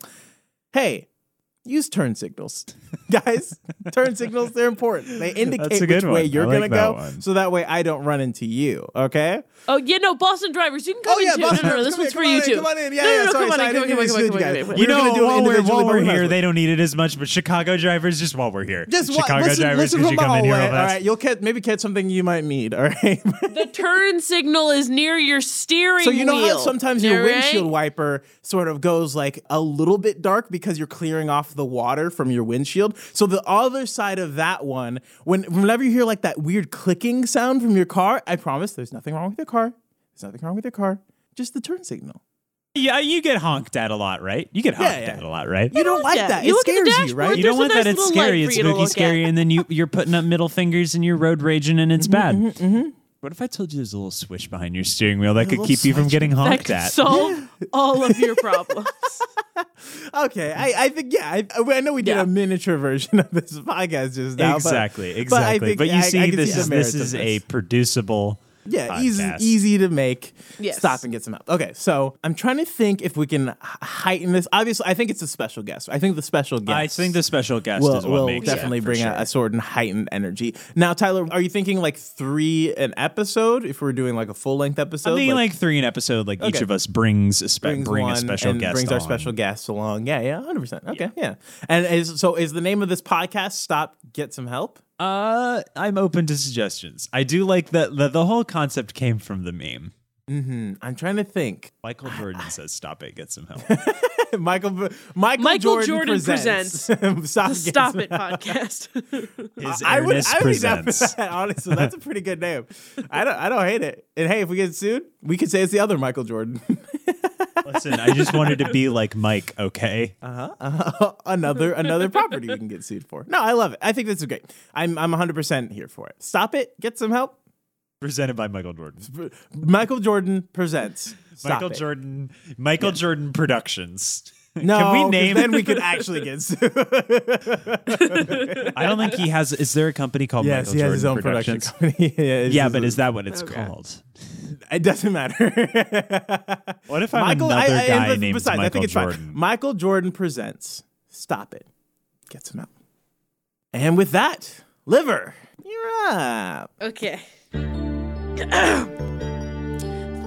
S1: Hey. Use turn signals, guys. turn signals, they're important. They indicate
S2: good
S1: which way
S2: one.
S1: you're
S2: I like
S1: gonna
S2: that
S1: go,
S2: one.
S1: so that way I don't run into you. Okay?
S3: Oh yeah, no, Boston drivers. You can come
S1: Oh
S3: in
S1: yeah,
S3: too.
S1: Boston
S3: no, no, no,
S1: Drivers,
S3: this
S1: come
S3: one's
S1: here,
S3: for you
S1: come on
S3: too.
S1: in, Come on in. Yeah,
S3: no, no,
S1: yeah, sorry,
S3: no, come on
S1: sorry,
S3: in,
S1: I didn't
S3: come on, come on,
S1: mean to
S3: come on,
S1: exclude you
S3: come on, come
S1: guys.
S3: on.
S2: you
S1: we're
S2: know,
S1: gonna do it
S2: while we're,
S1: individually,
S2: while
S1: but we're
S2: we're
S1: not
S2: here,
S1: supposed
S2: they don't need it as much, but Chicago drivers, just while we're here.
S1: Just wa-
S2: Chicago
S1: listen,
S2: drivers,
S1: listen
S2: could
S1: from
S2: you
S1: my
S2: come in here
S1: hallway.
S2: real
S1: All
S2: fast?
S1: right, you'll catch maybe catch something you might need. All right.
S3: The turn signal is near your steering
S1: so you know
S3: wheel.
S1: how sometimes your
S3: All right?
S1: windshield wiper sort of goes like a little bit dark because you're clearing off the water from your windshield. So the other side of that one, when whenever you hear like that weird clicking sound from your car, I promise there's nothing wrong with your car. There's nothing wrong with your car. Just the turn signal.
S2: Yeah, you get honked at a lot, right? You get honked
S1: yeah.
S2: at a lot, right?
S1: You don't like
S3: Yeah,
S1: that.
S3: you
S1: it
S3: look at the
S1: scares you,
S3: dashboard,
S1: right?
S2: You
S3: There's
S2: don't
S3: a
S2: want
S3: nice
S2: that. It's
S3: little light
S2: scary.
S3: for
S2: It's
S3: you to
S2: spooky,
S3: look
S2: scary,
S3: at.
S2: and then you you're putting up middle fingers and you're road raging, and it's bad. What if I told you there's a little swish behind your steering wheel that could
S1: Mm-hmm, little
S2: keep you from
S1: switch.
S2: getting
S3: That
S2: honked
S3: could
S2: at?
S3: solve all of your problems.
S1: Okay, I, I think yeah, I, I know we did
S3: Yeah.
S1: a miniature version of this podcast just now. but-
S2: exactly,
S1: but I
S2: exactly. But,
S1: think
S2: you
S1: I- I
S2: see,
S1: can
S2: this
S1: the
S2: is
S1: merits
S2: this
S1: of
S2: is a producible.
S1: yeah, easy,
S2: podcast.
S1: easy to make.
S3: Yes.
S1: Stop and get some help. Okay, so I'm trying to think if we can h- heighten this. Obviously, I think it's a special guest. I think the special guest.
S2: I think the special guest
S1: will
S2: is what
S1: will
S2: makes
S1: definitely
S2: it, for
S1: bring
S2: sure.
S1: a, a sort of heightened energy. Now, Tyler, are you thinking like three an episode if we're doing like a full length episode?
S2: I'm thinking like, three an episode. Like each
S1: Okay.
S2: of us brings a spe-
S1: brings
S2: bring
S1: one
S2: a special
S1: and
S2: guest.
S1: brings our
S2: on.
S1: special guests along. Yeah, yeah, hundred percent. Okay, yeah. And is, so is the name of this podcast "Stop Get Some Help"?
S2: Uh, I'm open to suggestions. I do like that the, the whole concept came from the meme.
S1: I'm trying to think.
S2: Michael Jordan says, "Stop it, get some help."
S1: Michael Michael,
S3: Michael
S1: Jordan,
S3: Jordan
S1: presents. Stop, Get
S3: Stop
S1: Some
S3: it, podcast.
S2: His
S1: I would,
S2: earnest
S1: I would be down for
S2: presents.
S1: that. Honestly, that's a pretty good name. I don't, I don't hate it. And hey, if we get sued, we could say it's the other Michael Jordan.
S2: Listen, I just wanted to be like Mike, okay?
S1: Uh-huh. another, another property we can get sued for. No, I love it. I think this is great. I'm, I'm 100 percent here for it. Stop it. Get some help.
S2: Presented by Michael Jordan.
S1: Michael Jordan presents. Stop
S2: Michael
S1: it.
S2: Jordan. Michael Jordan Productions.
S1: No,
S2: Can we
S1: 'cause
S2: name-
S1: Then we could actually get sued.
S2: I don't think he has. Is there a company called
S1: yes,
S2: Michael
S1: he
S2: Jordan
S1: has his own production
S2: Productions?
S1: company. yeah, it's
S2: Yeah,
S1: his
S2: but
S1: own-
S2: is that what it's called?
S1: It doesn't matter.
S2: What if I'm another guy
S1: and
S2: named
S1: besides, I
S2: Michael
S1: think it's
S2: Jordan?
S1: Fine. Michael Jordan presents. Stop it. Gets him out. And with that, liver, you're up.
S3: Okay.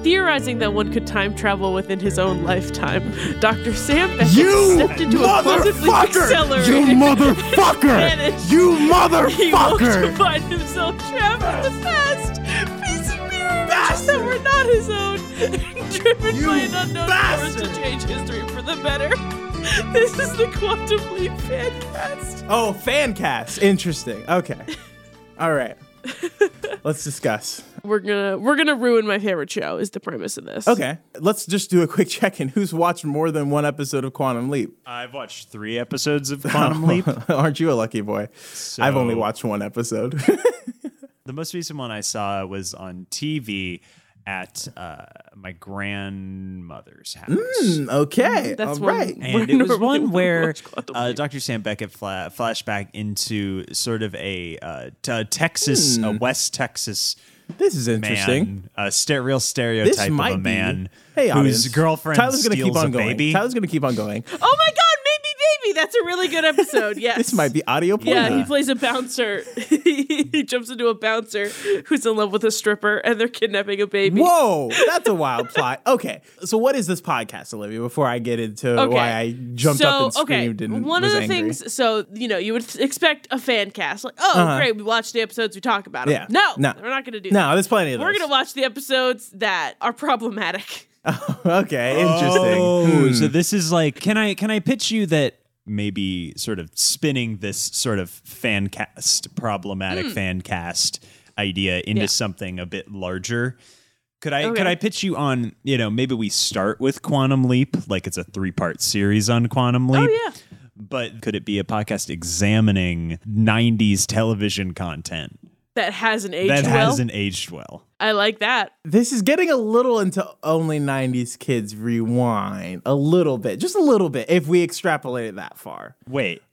S3: Theorizing that one could time travel within his own lifetime, Dr. Sam Beckett stepped into a positively accelerated
S5: motherfucker!
S3: vanish.
S5: You
S3: He woke to find himself trapped in the past, facing mirror images that were not his own, and driven by an unknown force to change history for the better. This is the Quantum Leap fan cast.
S1: Oh, fan cast. Interesting. Okay. All right. Let's discuss.
S3: We're gonna we're gonna ruin my favorite show. Is the premise of this?
S1: Okay. Let's just do a quick check in. Who's watched more than one episode of Quantum Leap?
S2: I've watched three episodes of Quantum Leap.
S1: Aren't you a lucky boy? I've only
S2: So-
S1: watched one episode.
S2: The most recent one I saw was on TV at uh, my grandmother's house.
S1: Mm. okay.
S3: That's
S1: All
S3: one-
S1: right.
S2: and it was
S3: Normally we
S2: one
S3: would
S2: where
S3: watch Quantum
S2: uh,
S3: Leap.
S2: Dr. Sam Beckett fla- flashed back into sort of a uh, t- a Texas, a West Texas
S1: This is Hmm. interesting.
S2: man, a ster- real
S1: This
S2: stereotype of
S1: might
S2: a man
S1: be. Hey,
S2: whose
S1: audience.
S2: girlfriend
S1: Tyler's gonna
S2: steals
S1: keep on
S2: a
S1: going.
S2: baby.
S1: Tyler's gonna keep on going.
S3: Oh my God, maybe agree. That's a really good episode. Yes.
S1: This might be audio porn.
S3: Yeah, he plays a bouncer. he jumps into a bouncer who's in love with a stripper and they're kidnapping a baby.
S1: Whoa, that's a wild plot. Okay, so what is this podcast, Olivia? Before I get into
S3: Okay.
S1: why I jumped
S3: so,
S1: up and screamed
S3: okay.
S1: and
S3: one
S1: was
S3: of the
S1: angry.
S3: things so you know you would expect a fan cast like oh great we watch the episodes we talk about them
S1: Uh-huh. Yeah.
S3: no
S1: No.
S3: we're not gonna do
S1: No,
S3: that
S1: there's plenty of
S3: we're
S1: those.
S3: gonna watch the episodes that are problematic
S1: okay, interesting.
S2: Oh,
S1: Hmm.
S2: so this is like can I can I pitch you that maybe sort of spinning this sort of fan cast problematic fan cast idea into
S3: Hmm. Yeah.
S2: something a bit larger? Could I could
S3: Okay.
S2: I pitch you on, you know, maybe we start with Quantum Leap, like it's a three-part series on Quantum Leap.
S3: oh yeah
S2: But could it be a podcast examining 90s television content
S3: that hasn't aged
S2: that
S3: well
S2: hasn't aged well?
S3: I like that
S1: This is getting a little into only 90s kids rewind a little bit, just a little bit if we extrapolate it that far
S2: Wait.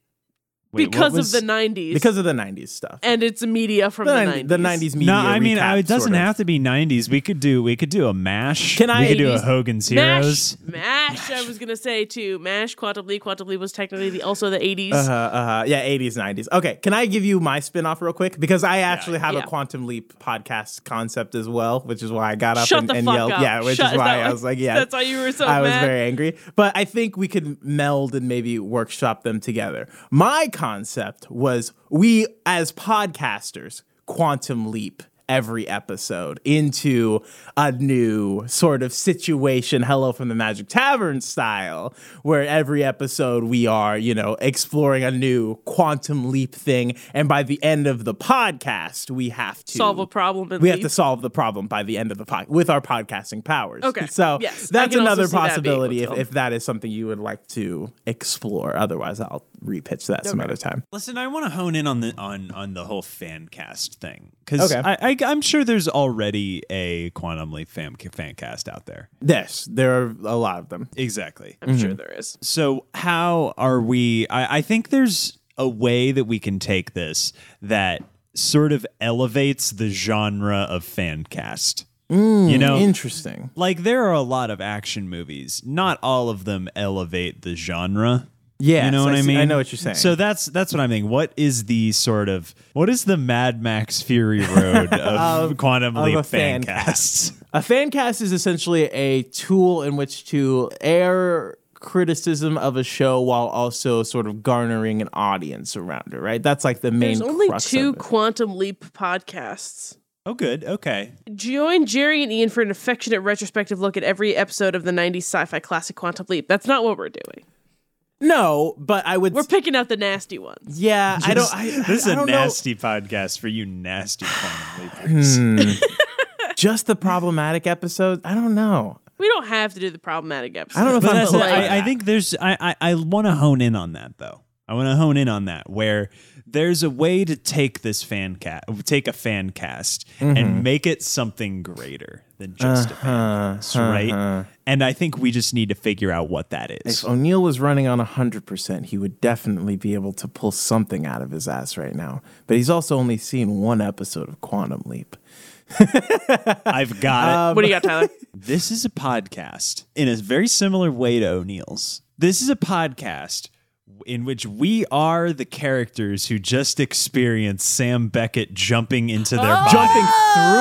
S2: Wait, what
S3: because
S2: was-
S3: of the 90s
S1: because of the 90s stuff.
S3: and it's media from
S1: The,
S3: the,
S1: 90s, the 90s media.
S2: No, I mean
S1: recap,
S2: I- it doesn't
S1: sort of.
S2: have to be '90s. We could do we could do a mash.
S1: Can I-
S2: We could do a
S1: 80s
S2: Hogan's
S3: Mash,
S2: Heroes.
S3: Mash, I was gonna say too. Mash, Quantum Leap, Quantum Leap was technically the, also the 80s.
S1: Uh-huh, uh-huh. Yeah, 80s, 90s. Okay, can I give you my spin-off real quick? Because I actually have
S3: yeah.
S1: a Quantum Leap podcast concept as well, which is why I got up
S3: Shut
S1: and,
S3: the
S1: and
S3: fuck
S1: yelled.
S3: up.
S1: Yeah, which
S3: Shut-
S1: is why
S3: that-
S1: I was like, yeah.
S3: that's why you were so
S1: I was
S3: mad.
S1: very angry. But I think we could meld and maybe workshop them together. My concept was we, as podcasters, Quantum Leap every episode into a new sort of situation hello from the magic tavern style where every episode we are you know exploring a new quantum leap thing and by the end of the podcast we have to
S3: Solve a problem and
S1: we have
S3: leave.
S1: to solve the problem by the end of the pod with our podcasting powers
S3: Okay.
S1: so
S3: Yes. I
S1: that's
S3: can also
S1: another
S3: see that being
S1: possibility if,
S3: fulfilled.
S1: if that is something you would like to explore otherwise i'll repitch that some other time
S2: Listen, I want to hone in on the on on the whole fan cast thing because
S1: Okay.
S2: I, I I'm sure there's already a Quantum Leap fan fan cast out there.
S1: yes there are a lot of them
S2: Exactly.
S3: I'm
S1: Mm-hmm.
S3: sure there is.
S2: So how are we? I, I think there's a way that we can take this that sort of elevates the genre of fan cast.
S1: Hmm,
S2: you know,
S1: interesting
S2: like there are a lot of action movies. Not all of them elevate the genre.
S1: yeah
S2: you know what I, mean?
S1: i know what you're saying
S2: So that's that's what I'm thinking. What is the sort of what is the Mad Max Fury Road of, Quantum
S1: of a
S2: Leap
S1: fan
S2: fan casts?
S1: A fan cast is essentially a tool in which to air criticism of a show while also sort of garnering an audience around it, right? That's like the main.
S3: There's only
S1: crux
S3: two
S1: of it.
S3: Quantum Leap podcasts.
S2: Oh, good. Okay.
S3: Join Jerry and Ian for an affectionate retrospective look at every episode of the 90s sci fi classic Quantum Leap. That's not what we're doing.
S1: no, but I would.
S3: We're picking out the nasty ones.
S1: yeah, I don't. I,
S2: This is
S1: I
S2: a
S1: don't know. Hmm.
S2: nasty podcast for you nasty Quantum Leapers.
S1: Just the problematic episode. I don't know.
S3: We don't have to do the problematic episode.
S1: I don't know if
S2: But
S1: I'm.
S2: that's,
S1: like
S2: I, I
S1: that.
S2: think there's. I I, I want to hone in on that though. I want to hone in on that where there's a way to take this fan cast, take a fan cast, and make it something greater than just a fan cast, right? And I think we just need to figure out what that is.
S1: If O'Neill was running on 100%, he would definitely be able to pull something out of his ass right now. But he's also only seen one episode of Quantum Leap.
S2: I've got it.
S3: What do you got, Tyler?
S2: This is a podcast in a very similar way to O'Neill's. This is a podcast in which we are the characters who just experience Sam Beckett jumping into their body.
S1: Jumping through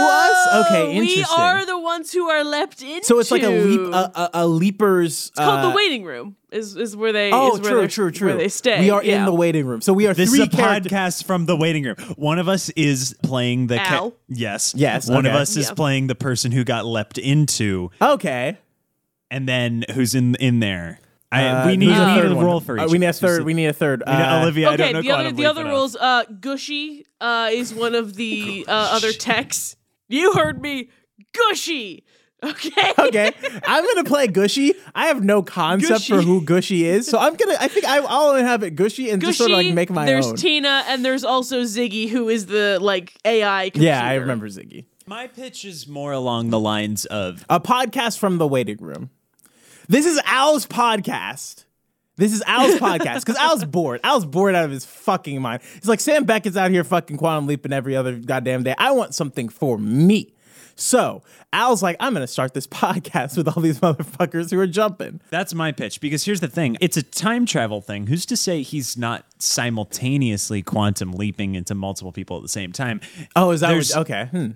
S1: us? Okay, interesting.
S3: Oh, we are the ones who are leapt into.
S1: So it's like a leap, a, a, a leaper's.
S3: It's called
S1: uh,
S3: the waiting room. Is is where they?
S1: Oh,
S3: is where
S1: true,
S3: they're-
S1: true, true.
S3: Where they stay.
S1: We are in
S3: Yeah.
S1: the waiting room, so we are
S2: This
S1: three
S2: is a
S1: characters.
S2: podcast from the waiting room. One of us is playing the
S3: Al.
S2: yes,
S1: Yes,
S2: One
S1: okay.
S2: of us is
S3: Yeah.
S2: playing the person who got leapt into,
S1: Okay,
S2: and then who's in in there. I,
S1: Uh,
S2: we need,
S1: who's the
S2: we need
S1: third
S2: a
S1: one?
S2: roll for each.
S1: Uh, we need a third.
S2: Who's
S1: We need a third.
S2: the- we need-
S1: Uh,
S2: Olivia, I
S3: okay,
S2: don't know
S3: the other
S2: Quantum
S3: the
S2: Leap
S3: other
S2: enough.
S3: rules. Uh, Gushy uh, is one of the uh, other techs. You heard me, Gushy. Okay.
S1: Okay, I'm gonna play Gushy. I have no concept for
S3: Gushy.
S1: who Gushy is, so I'm gonna. I think I, I'll inhabit Gushy and
S3: Gushy.
S1: just sort of like make my
S3: there's
S1: own.
S3: Tina, and there's also Ziggy, who is the like AI. Computer.
S1: yeah, I remember Ziggy.
S2: My pitch is more along the lines of
S1: A podcast from the waiting room. This is Al's podcast. This is Al's podcast because Al's bored. Al's bored out of his fucking mind. He's like, Sam Beckett's out here fucking quantum leaping every other goddamn day. I want something for me. So Al's like, I'm going to start this podcast with all these motherfuckers who are jumping.
S2: That's my pitch because here's the thing it's a time travel thing. Who's to say he's not simultaneously quantum leaping into multiple people at the same time?
S1: Oh, is that
S2: There's-
S1: what, okay? Hmm.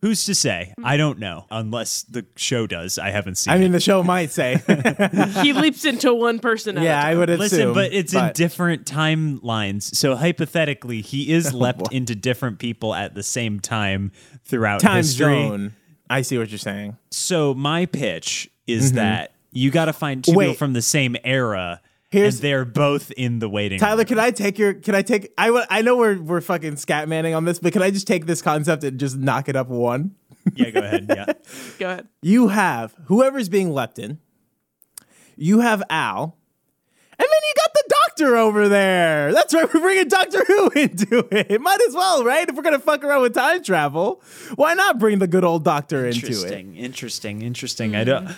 S2: Who's to say? I don't know. Unless the show does. I haven't seen
S1: I mean,
S2: it.
S1: the show might say,
S3: he leaps into one person. At
S1: yeah,
S3: a
S1: I
S3: time.
S1: would assume.
S2: Listen, but it's in different timelines. So hypothetically, he
S1: Oh,
S2: is leapt into different people at the same time throughout
S1: time
S2: history.
S1: zone. I see what you're saying.
S2: So my pitch is that you got to find two people
S1: Mm-hmm. Wait.
S2: from the same era.
S1: Here's-
S2: and they're both in the waiting
S1: Tyler,
S2: room.
S1: can I take your? Can I take? I wa- I know we're we're fucking scatmanning on this, but can I just take this concept and just knock it up one?
S2: Yeah, go ahead. Yeah.
S3: Go ahead.
S1: You have whoever's being leapt in. You have Al, and then you got the Doctor over there. That's right, we're bringing Doctor Who into it. Might as well, right? If we're gonna fuck around with time travel, why not bring the good old Doctor into it?
S2: Interesting, interesting, interesting. I don't.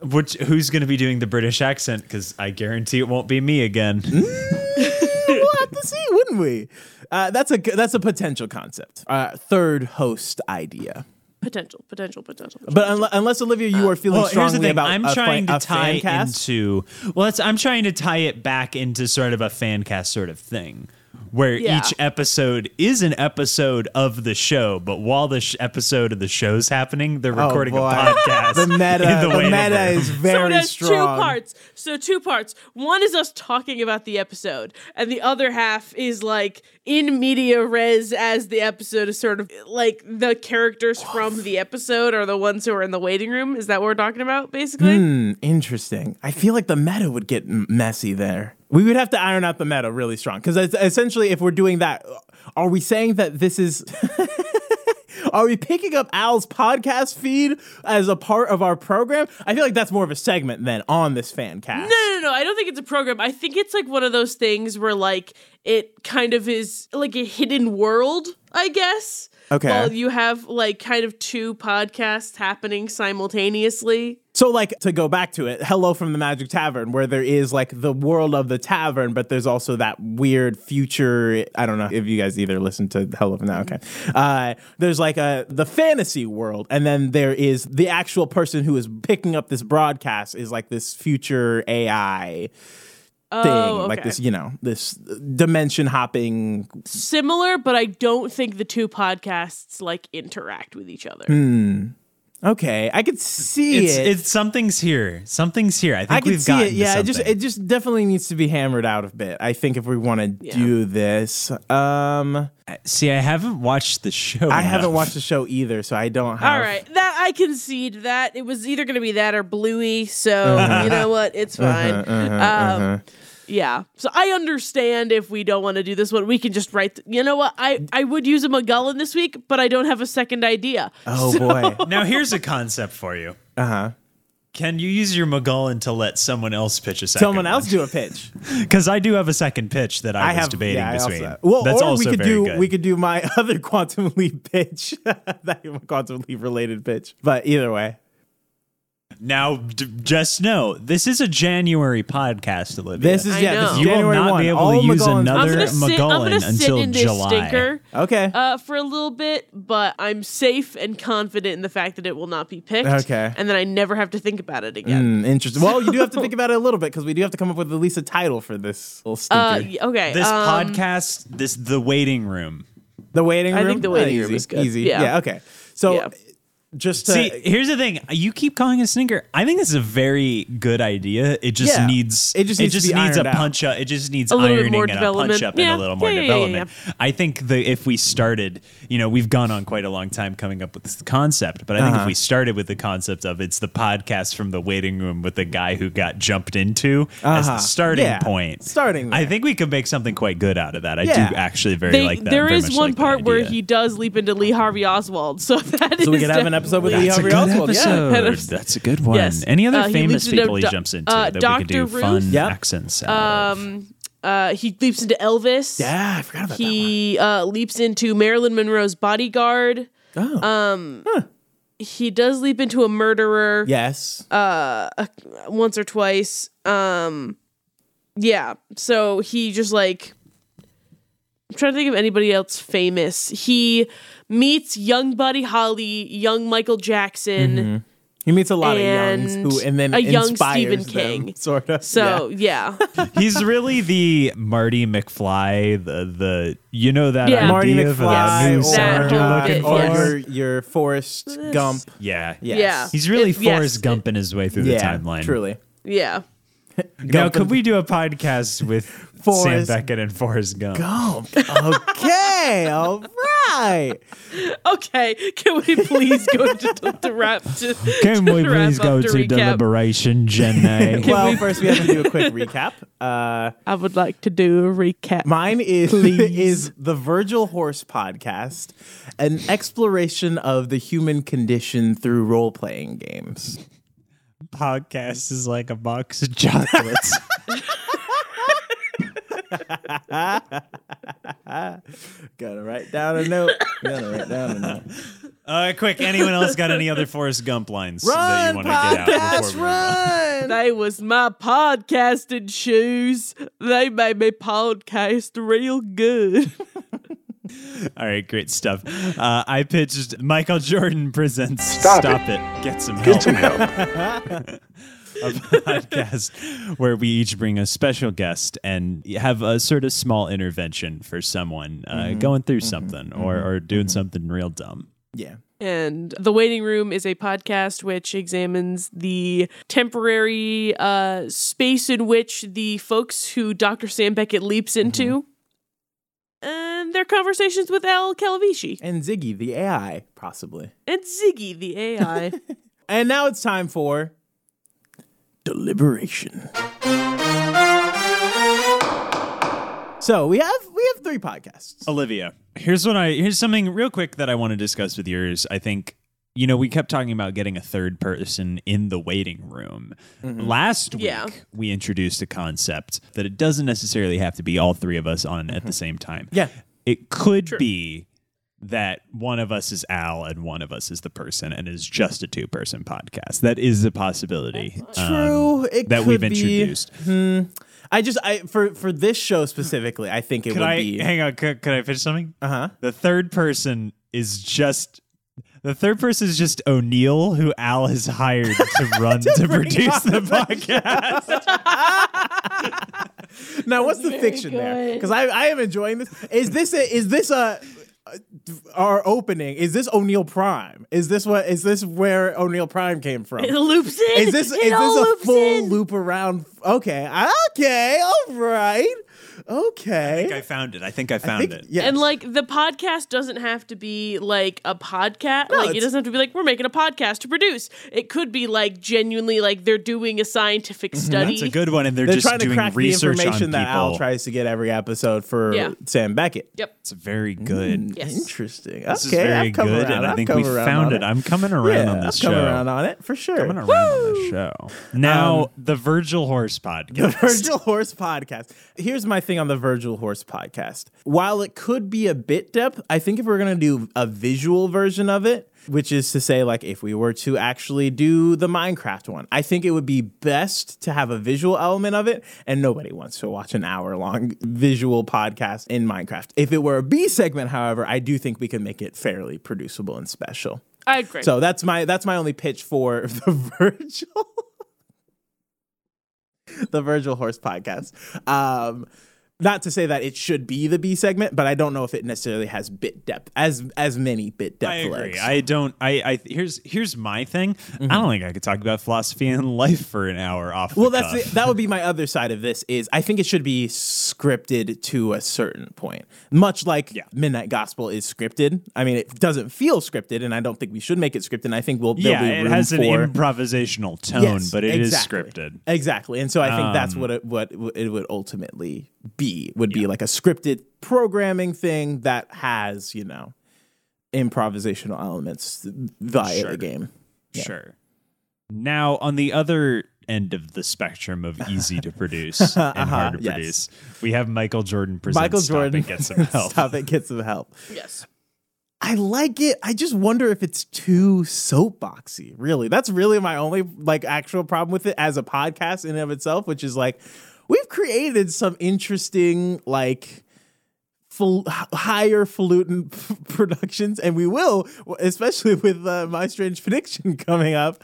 S2: Which who's going to be doing the British accent? Because I guarantee it won't be me again.
S1: we'll have to see, wouldn't we? Uh, that's a g- that's a potential concept. Uh, third host idea.
S3: Potential, potential, potential.
S1: But unle- unless Olivia,
S2: Uh,
S1: you are feeling strongly about
S2: I'm
S1: a
S2: trying
S1: fan-
S2: to
S1: a fan
S2: tie
S1: cast.
S2: into. Well, that's, I'm trying to tie it back into sort of a fan cast sort of thing, where
S3: Yeah.
S2: each episode is an episode of the show, but while the sh- episode of the show's happening, they're recording a
S1: Oh, boy.
S2: podcast.
S1: the meta,
S2: in the,
S1: the,
S2: waiting
S1: meta
S2: room.
S1: is very
S3: so it has
S1: strong.
S3: two parts. So two parts. One is us talking about the episode, and the other half is like in media res as the episode is sort of like the characters from the episode are the ones who are in the waiting room. Is that what we're talking about, basically?
S1: Hmm. Interesting. I feel like the meta would get m- messy there. We would have to iron out the meta really strong because essentially, if we're doing that, are we saying that this is? Are we picking up Al's podcast feed as a part of our program? I feel like that's more of a segment than on this fan cast.
S3: No, no, no. I don't think it's a program. I think it's like one of those things where like it kind of is like a hidden world, I guess.
S1: Okay.
S3: While you have like kind of two podcasts happening simultaneously.
S1: So, like, to go back to it, Hello from the Magic Tavern, where there is like the world of the tavern, but there's also that weird future. I don't know if you guys either listen to Hello from that. Okay. Uh, there's like a, the fantasy world, and then there is the actual person who is picking up this broadcast is like this future AI
S3: Oh,
S1: thing,
S3: okay.
S1: like this, you know, this dimension hopping.
S3: similar, but I don't think the two podcasts like interact with each other.
S2: Hmm.
S1: Okay. I could see
S2: It's,
S1: it.
S2: it's something's here. Something's here. I think
S1: I can
S2: we've
S1: see
S2: got
S1: it. Yeah, it just it just definitely needs to be hammered out a bit. I think if we want to do this, um,
S2: see, I haven't watched the show.
S1: I haven't
S2: enough.
S1: watched the show either, so I don't have.
S3: All right, that I concede that it was either going to be that or Bluey. So
S2: Uh-huh.
S3: you know what, it's fine. um, Yeah, so I understand if we don't want to do this one, we can just write. th- you know what, I I would use a McGullen this week, but I don't have a second idea.
S1: Oh boy.
S2: now here's a concept for you. Uh huh.
S1: Uh-huh.
S2: Can you use your McGullen to let someone else pitch a second?
S1: Someone else do a pitch.
S2: because I do have a second pitch that I,
S1: I
S2: was
S1: have
S2: debating
S1: yeah, I
S2: between.
S1: Also, well,
S2: That's
S1: or
S2: also
S1: we could
S2: very
S1: do
S2: good.
S1: we could do my other quantum leap pitch, that quantum leap related pitch. But either way,
S2: now, d- just know this is a January podcast, Olivia.
S1: this is
S3: I
S1: yeah.
S3: know.
S1: This is
S2: you will
S1: January
S2: not
S1: 1.
S2: be able
S1: All
S2: to use
S1: McGowan's-
S2: another
S3: I'm gonna sit. I'm
S2: McGullen
S3: gonna sit
S2: until
S3: in this
S2: July.
S3: stinker.
S1: Okay.
S3: uh, for a little bit, but I'm safe and confident in the fact that it will not be picked.
S1: Okay.
S3: And then I never have to think about it again.
S1: Hmm, interesting. Well, you do have to think about it a little bit because we do have to come up with at least a title for this little stinker.
S3: Uh, y- okay.
S2: This
S3: um,
S2: podcast, this the waiting room.
S1: The waiting room.
S3: I think the waiting
S1: Oh,
S3: room
S1: easy,
S3: is good.
S1: Easy.
S3: Yeah.
S1: Okay. So
S3: Yeah.
S1: just uh, to,
S2: See, here's the thing. You keep calling it a stinker. I think this is a very good idea. It just
S1: Yeah.
S2: needs
S1: It just needs to be
S2: needs a
S1: ironed out.
S2: punch up. It just needs
S3: A little bit
S2: ironing
S3: more
S2: and a punch
S3: development.
S2: up
S3: Yeah.
S2: and a little more
S3: Yeah, yeah, yeah,
S2: development. I think the if we started, you know, we've gone on quite a long time coming up with this concept, but I
S1: Uh-huh.
S2: think if we started with the concept of it's the podcast from the waiting room with the guy who got jumped into as the
S1: Uh-huh.
S2: starting
S1: Yeah.
S2: point.
S1: Starting
S2: I
S1: there.
S2: think we could make something quite good out of that. I
S1: Yeah.
S2: do actually very
S3: They,
S2: like that.
S3: there
S2: very
S3: is
S2: much
S3: one
S2: like that
S3: part where
S2: idea.
S3: he does leap into Lee Harvey Oswald. So that is
S1: so we could have an episode with Lee
S2: That's a
S1: Harvey
S2: good
S1: Oswald. Yeah.
S2: episode.
S3: Kind of-
S2: That's a good one.
S3: Yes.
S2: Any other
S3: Uh, he
S2: famous
S3: leaps into
S2: people he
S3: Do-
S2: jumps into
S3: uh,
S2: that we could
S3: Dr.
S2: do
S3: Ruth?
S2: fun
S1: Yep.
S2: accents out of?
S3: Um, uh, he leaps into Elvis.
S1: Yeah, Ah, I forgot about
S3: He uh, leaps into Marilyn Monroe's bodyguard. Um,
S1: that one. Oh.
S3: He does leap into a murderer
S1: yes.
S3: once or twice. Um, yeah. So he just like I'm trying to think of anybody else famous. He meets young Buddy Holly, young Michael Jackson.
S1: Mm-hmm. He meets a lot of
S3: And
S1: youngs who, and then
S3: a young
S1: inspires
S3: Stephen
S1: them,
S3: King.
S1: sort of.
S3: So yeah,
S2: He's really the Marty McFly, the the you know that
S3: Yeah.
S1: yeah.
S2: idea
S1: Marty
S2: of a
S1: McFly,
S2: new
S1: or,
S2: sound you're
S3: whole
S2: looking
S3: bit,
S2: for.
S1: or
S3: yes.
S1: your, your Forrest
S3: This-
S1: Gump.
S2: Yeah,
S1: Yes.
S3: yeah.
S2: He's really
S3: It- yes,
S2: Forrest
S3: it-
S2: Gumping his way through
S1: Yeah,
S2: the timeline.
S1: truly.
S3: yeah.
S2: Now,
S1: Gumpin-
S2: could we do a podcast with Sam
S1: Forrest
S2: Beckett and Forrest Gump?
S1: Gump. Okay, all right.
S3: Okay, can we please go to the, the wrap? To,
S2: Can
S3: to
S2: we
S3: wrap
S2: please
S3: up
S2: go to
S3: recap?
S2: deliberation, Jenny?
S1: Well, first we have to do a quick recap. Uh,
S3: I would like to do a recap.
S1: Mine is is the Virgil Horse podcast, an exploration of the human condition through role playing games.
S2: podcast is like a box of chocolates.
S1: Gotta write down a note. Gotta write down a note.
S2: uh, quick, anyone else got any other Forrest Gump lines that you
S1: Run,
S2: want to get out
S1: podcast,
S2: before we move
S1: run!
S2: on?
S3: They was my podcasting shoes. They made me podcast real good.
S2: All right, great stuff. Uh, I pitched Michael Jordan presents
S7: Stop
S2: it. Get some help.
S7: Get some help.
S2: a podcast where we each bring a special guest and have a sort of small intervention for someone uh, going through something or, or doing something real dumb.
S1: Yeah.
S3: And The Waiting Room is a podcast which examines the temporary uh, space in which the folks who Dr. Sam Beckett leaps
S1: Mm-hmm.
S3: into and their conversations with Al Calvici
S1: And Ziggy, the AI, possibly.
S3: and Ziggy, the AI.
S1: And now it's time for deliberation. So we have we have three podcasts.
S2: Olivia, here's what I here's something real quick that I want to discuss with yours. I think you know we kept talking about getting a third person in the waiting room. Last week
S3: Yeah.
S2: we introduced a concept that it doesn't necessarily have to be all three of us on at the same time.
S1: Yeah.
S2: It could be that one of us is Al and one of us is the person and is just a two person podcast. That is a possibility. um,
S1: True, it
S2: that
S1: could
S2: we've
S1: be.
S2: introduced.
S1: I just I for for this show specifically, I think it
S2: Could
S1: would
S2: I
S1: be
S2: hang on? Could, could I finish something? Uh
S1: Uh-huh.
S2: The third person is just the third person is just O'Neill, who Al has hired to run to, produce the podcast.
S1: Now, what's the fiction there? Because I, I am enjoying this. Is this a, is this a our opening? Is this O'Neill Prime? Is this what is this where O'Neill Prime came from?
S3: it loops in.
S1: Is this
S3: it
S1: is this
S3: all
S1: a
S3: loops
S1: full
S3: in.
S1: loop around? Okay, okay, all right, okay.
S2: I found it. I think I found it.
S1: yes.
S3: And like the podcast doesn't have to be like a podcast. like it
S1: it's-
S3: doesn't have to be like we're making a podcast to produce. It could be like genuinely like they're doing a scientific
S1: Mm-hmm.
S3: study.
S2: It's a good one, and they're,
S1: they're
S2: just
S1: trying to
S2: doing
S1: crack the
S2: research
S1: information
S2: on
S1: that
S2: people.
S1: Al tries to get every episode for
S3: Yeah.
S1: Sam Beckett.
S3: Yep.
S2: It's very good.
S3: Yes.
S1: Interesting.
S2: This is
S1: Mm, okay,
S2: very
S1: I've come
S2: good,
S1: around.
S2: and I
S1: I've
S2: think
S1: come
S2: we
S1: around
S2: found
S1: on
S2: it. I'm coming around
S1: yeah,
S2: on this
S1: I've come
S2: show.
S1: around on it for sure.
S2: coming around on this show. Now, the Virgil Horse podcast.
S1: Virgil Horse podcast. Here's my thing on the Virgil Horse podcast. While it could be a bit depth, I think if we're going to do a visual version of it, which is to say, like, if we were to actually do the Minecraft one, I think it would be best to have a visual element of it. And nobody wants to watch an hour long visual podcast in Minecraft. If it were a B segment, however, I do think we could make it fairly producible and special.
S3: I agree.
S1: So that's my that's my only pitch for the Virgil, the Virgil Horse podcast. Um, not to say that it should be the B segment, but I don't know if it necessarily has bit depth as as many bit depth
S2: I
S1: legs.
S2: agree. I don't. I, I here's here's my thing.
S1: Mm-hmm.
S2: I don't think I could talk about philosophy and life for an hour off.
S1: well,
S2: the
S1: that's
S2: cuff.
S1: the, that would be my other side of this is I think it should be scripted to a certain point, much like
S2: Yeah.
S1: Midnight Gospel is scripted. I mean, it doesn't feel scripted, and I don't think we should make it scripted. And I think we'll there'll be
S2: yeah. It
S1: room
S2: has an
S1: for-
S2: improvisational tone,
S1: Yes,
S2: but it is
S1: exactly.
S2: scripted. Um,
S1: Exactly. And so I think that's what it, what it would ultimately be would be like a scripted programming thing that has, you know, improvisational elements via
S2: Sure.
S1: the game.
S2: Sure. Now on the other end of the spectrum of easy to produce and hard to
S1: Uh-huh, yes.
S2: produce, we have Michael Jordan presents
S1: Michael Jordan
S2: Stop It, Get Some Help.
S1: Stop it, get some help.
S3: yes.
S1: I like it. I just wonder if it's too soapboxy, really. That's really my only like actual problem with it as a podcast in and of itself, which is like we've created some interesting like fl- higher falutin productions, and we will, especially with uh, My Strange Prediction coming up.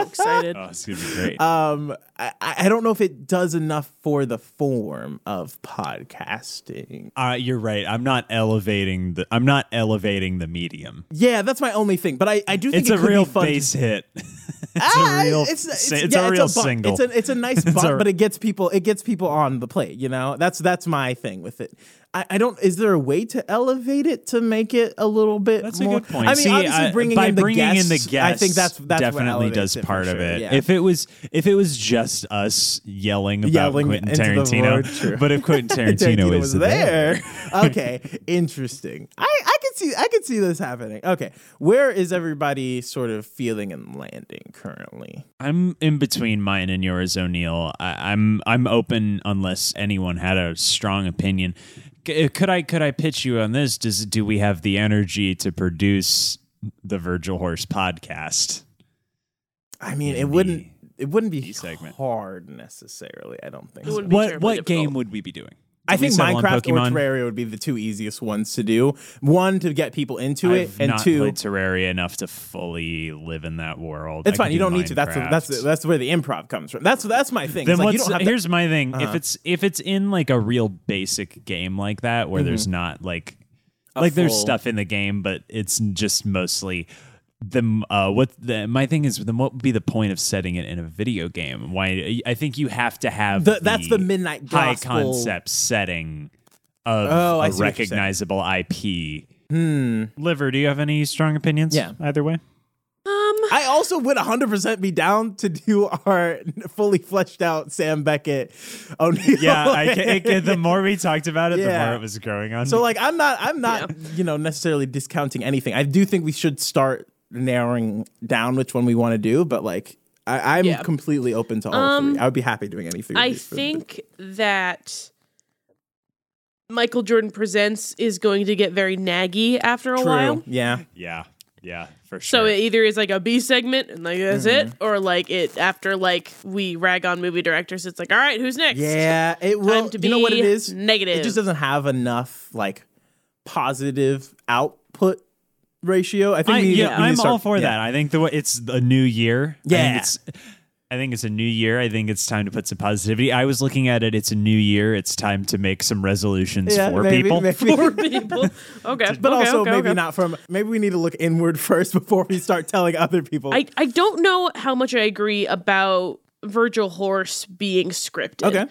S3: excited.
S2: Oh, it's gonna be great.
S1: Um, I, I I don't know if it does enough for the form of podcasting.
S2: uh, you're right. I'm not elevating the. I'm not elevating the medium.
S1: Yeah, that's my only thing. But I, I do think
S2: It's
S1: it
S2: a
S1: could
S2: real
S1: be fun to-
S2: base hit. it's
S1: Ah,
S2: a real.
S1: it's, it's,
S2: si- it's
S1: yeah,
S2: a real
S1: bump.
S2: single.
S1: It's a it's a nice
S2: It's
S1: bump,
S2: a-
S1: but it gets people it gets people on the plate. You know, that's that's my thing with it. I, I don't. Is there a way to elevate it to make it a little bit?
S2: That's a
S1: more,
S2: good point.
S1: I mean,
S2: See,
S1: obviously
S2: uh,
S1: bringing,
S2: by
S1: in, the
S2: bringing
S1: guests,
S2: in the guests,
S1: I think that's that's what
S2: definitely
S1: elevates
S2: does
S1: it for
S2: part of
S1: sure,
S2: it.
S1: yeah.
S2: If it was if it was just us yelling about
S1: Yelling
S2: Quentin
S1: into the road,
S2: Tarantino,
S1: true.
S2: but if Quentin Tarantino,
S1: Tarantino
S2: is there,
S1: okay, interesting. I I can see I can see this happening. Okay, where is everybody sort of feeling and landing currently?
S2: I'm in between mine and yours, O'Neill. I, I'm I'm open unless anyone had a strong opinion. C- uh, could I could I pitch you on this? Does do we have the energy to produce the Virgil Horse podcast?
S1: I mean,
S2: In
S1: it
S2: the
S1: wouldn't it wouldn't be
S2: segment.
S1: hard necessarily. I don't think.
S3: It
S1: so.
S3: wouldn't be
S2: What
S3: terribly
S2: what
S3: difficult.
S2: game would we be doing?
S1: I
S2: Did we
S1: think
S2: settle on
S1: Minecraft or
S2: Pokemon?
S1: Terraria would be the two easiest ones to do. One to get people into it,
S2: I've
S1: and
S2: not
S1: two,
S2: played Terraria enough to fully live in that world.
S1: it's
S2: I
S1: fine.
S2: could
S1: You
S2: do
S1: don't need to. That's
S2: Minecraft.
S1: that's that's where the improv comes from. That's that's my thing.
S2: then
S1: It's like, you
S2: what's
S1: don't have to-
S2: here's my thing. If
S1: Uh-huh.
S2: it's if it's in like a real basic game like that where there's not like
S1: Mm-hmm. A
S2: like there's
S1: full-
S2: stuff in the game, but it's just mostly the uh what the my thing is then what would be the point of setting it in a video game? Why I think you have to have
S1: The- that's the midnight
S2: high
S1: gospel.
S2: concept setting of
S1: Oh, I
S2: a
S1: see what you're saying. Hmm.
S2: recognizable IP. Liver, do you have any strong opinions?
S1: Yeah.
S2: Either way.
S1: I also would 100 percent be down to do our fully fleshed out Sam Beckett. Oh, O'Neill.
S2: Yeah, I, ca- it, ca- the more we talked about it, the
S1: Yeah.
S2: more it was growing on.
S1: So
S2: me.
S1: like I'm not I'm not you know necessarily discounting anything. I do think we should start narrowing down which one we want to do, but like I, I'm
S3: Yeah. Um,
S1: completely open to all three. I would be happy doing anything.
S3: I think that Michael Jordan Presents is going to get very naggy after a while.
S1: Yeah.
S2: yeah, yeah, for sure.
S3: So it either is like a B segment and like that's it,
S1: Mm-hmm.
S3: or like it after like we rag on movie directors, it's like, all right, who's next?
S1: Yeah, it will.
S3: to
S1: you know what it
S3: be
S1: is? It
S3: negative.
S1: just doesn't have enough like positive output ratio. I think.
S2: I,
S1: we need to-
S2: yeah,
S1: we need to
S2: I'm all
S1: start-
S2: for
S1: yeah.
S2: that. I think the way it's a new year. I
S1: Yeah.
S2: think it's, I think it's a new year. I think it's time to put some positivity. I was looking at it. It's a new year. It's time to make some resolutions
S1: Yeah,
S2: for
S1: maybe-
S2: people.
S1: maybe.
S3: People. Okay.
S1: But
S3: okay,
S1: also
S3: okay,
S1: maybe
S3: okay.
S1: not from. Maybe we need to look inward first before we start telling other people.
S3: I, I don't know how much I agree about Virgil Horse being scripted.
S1: okay.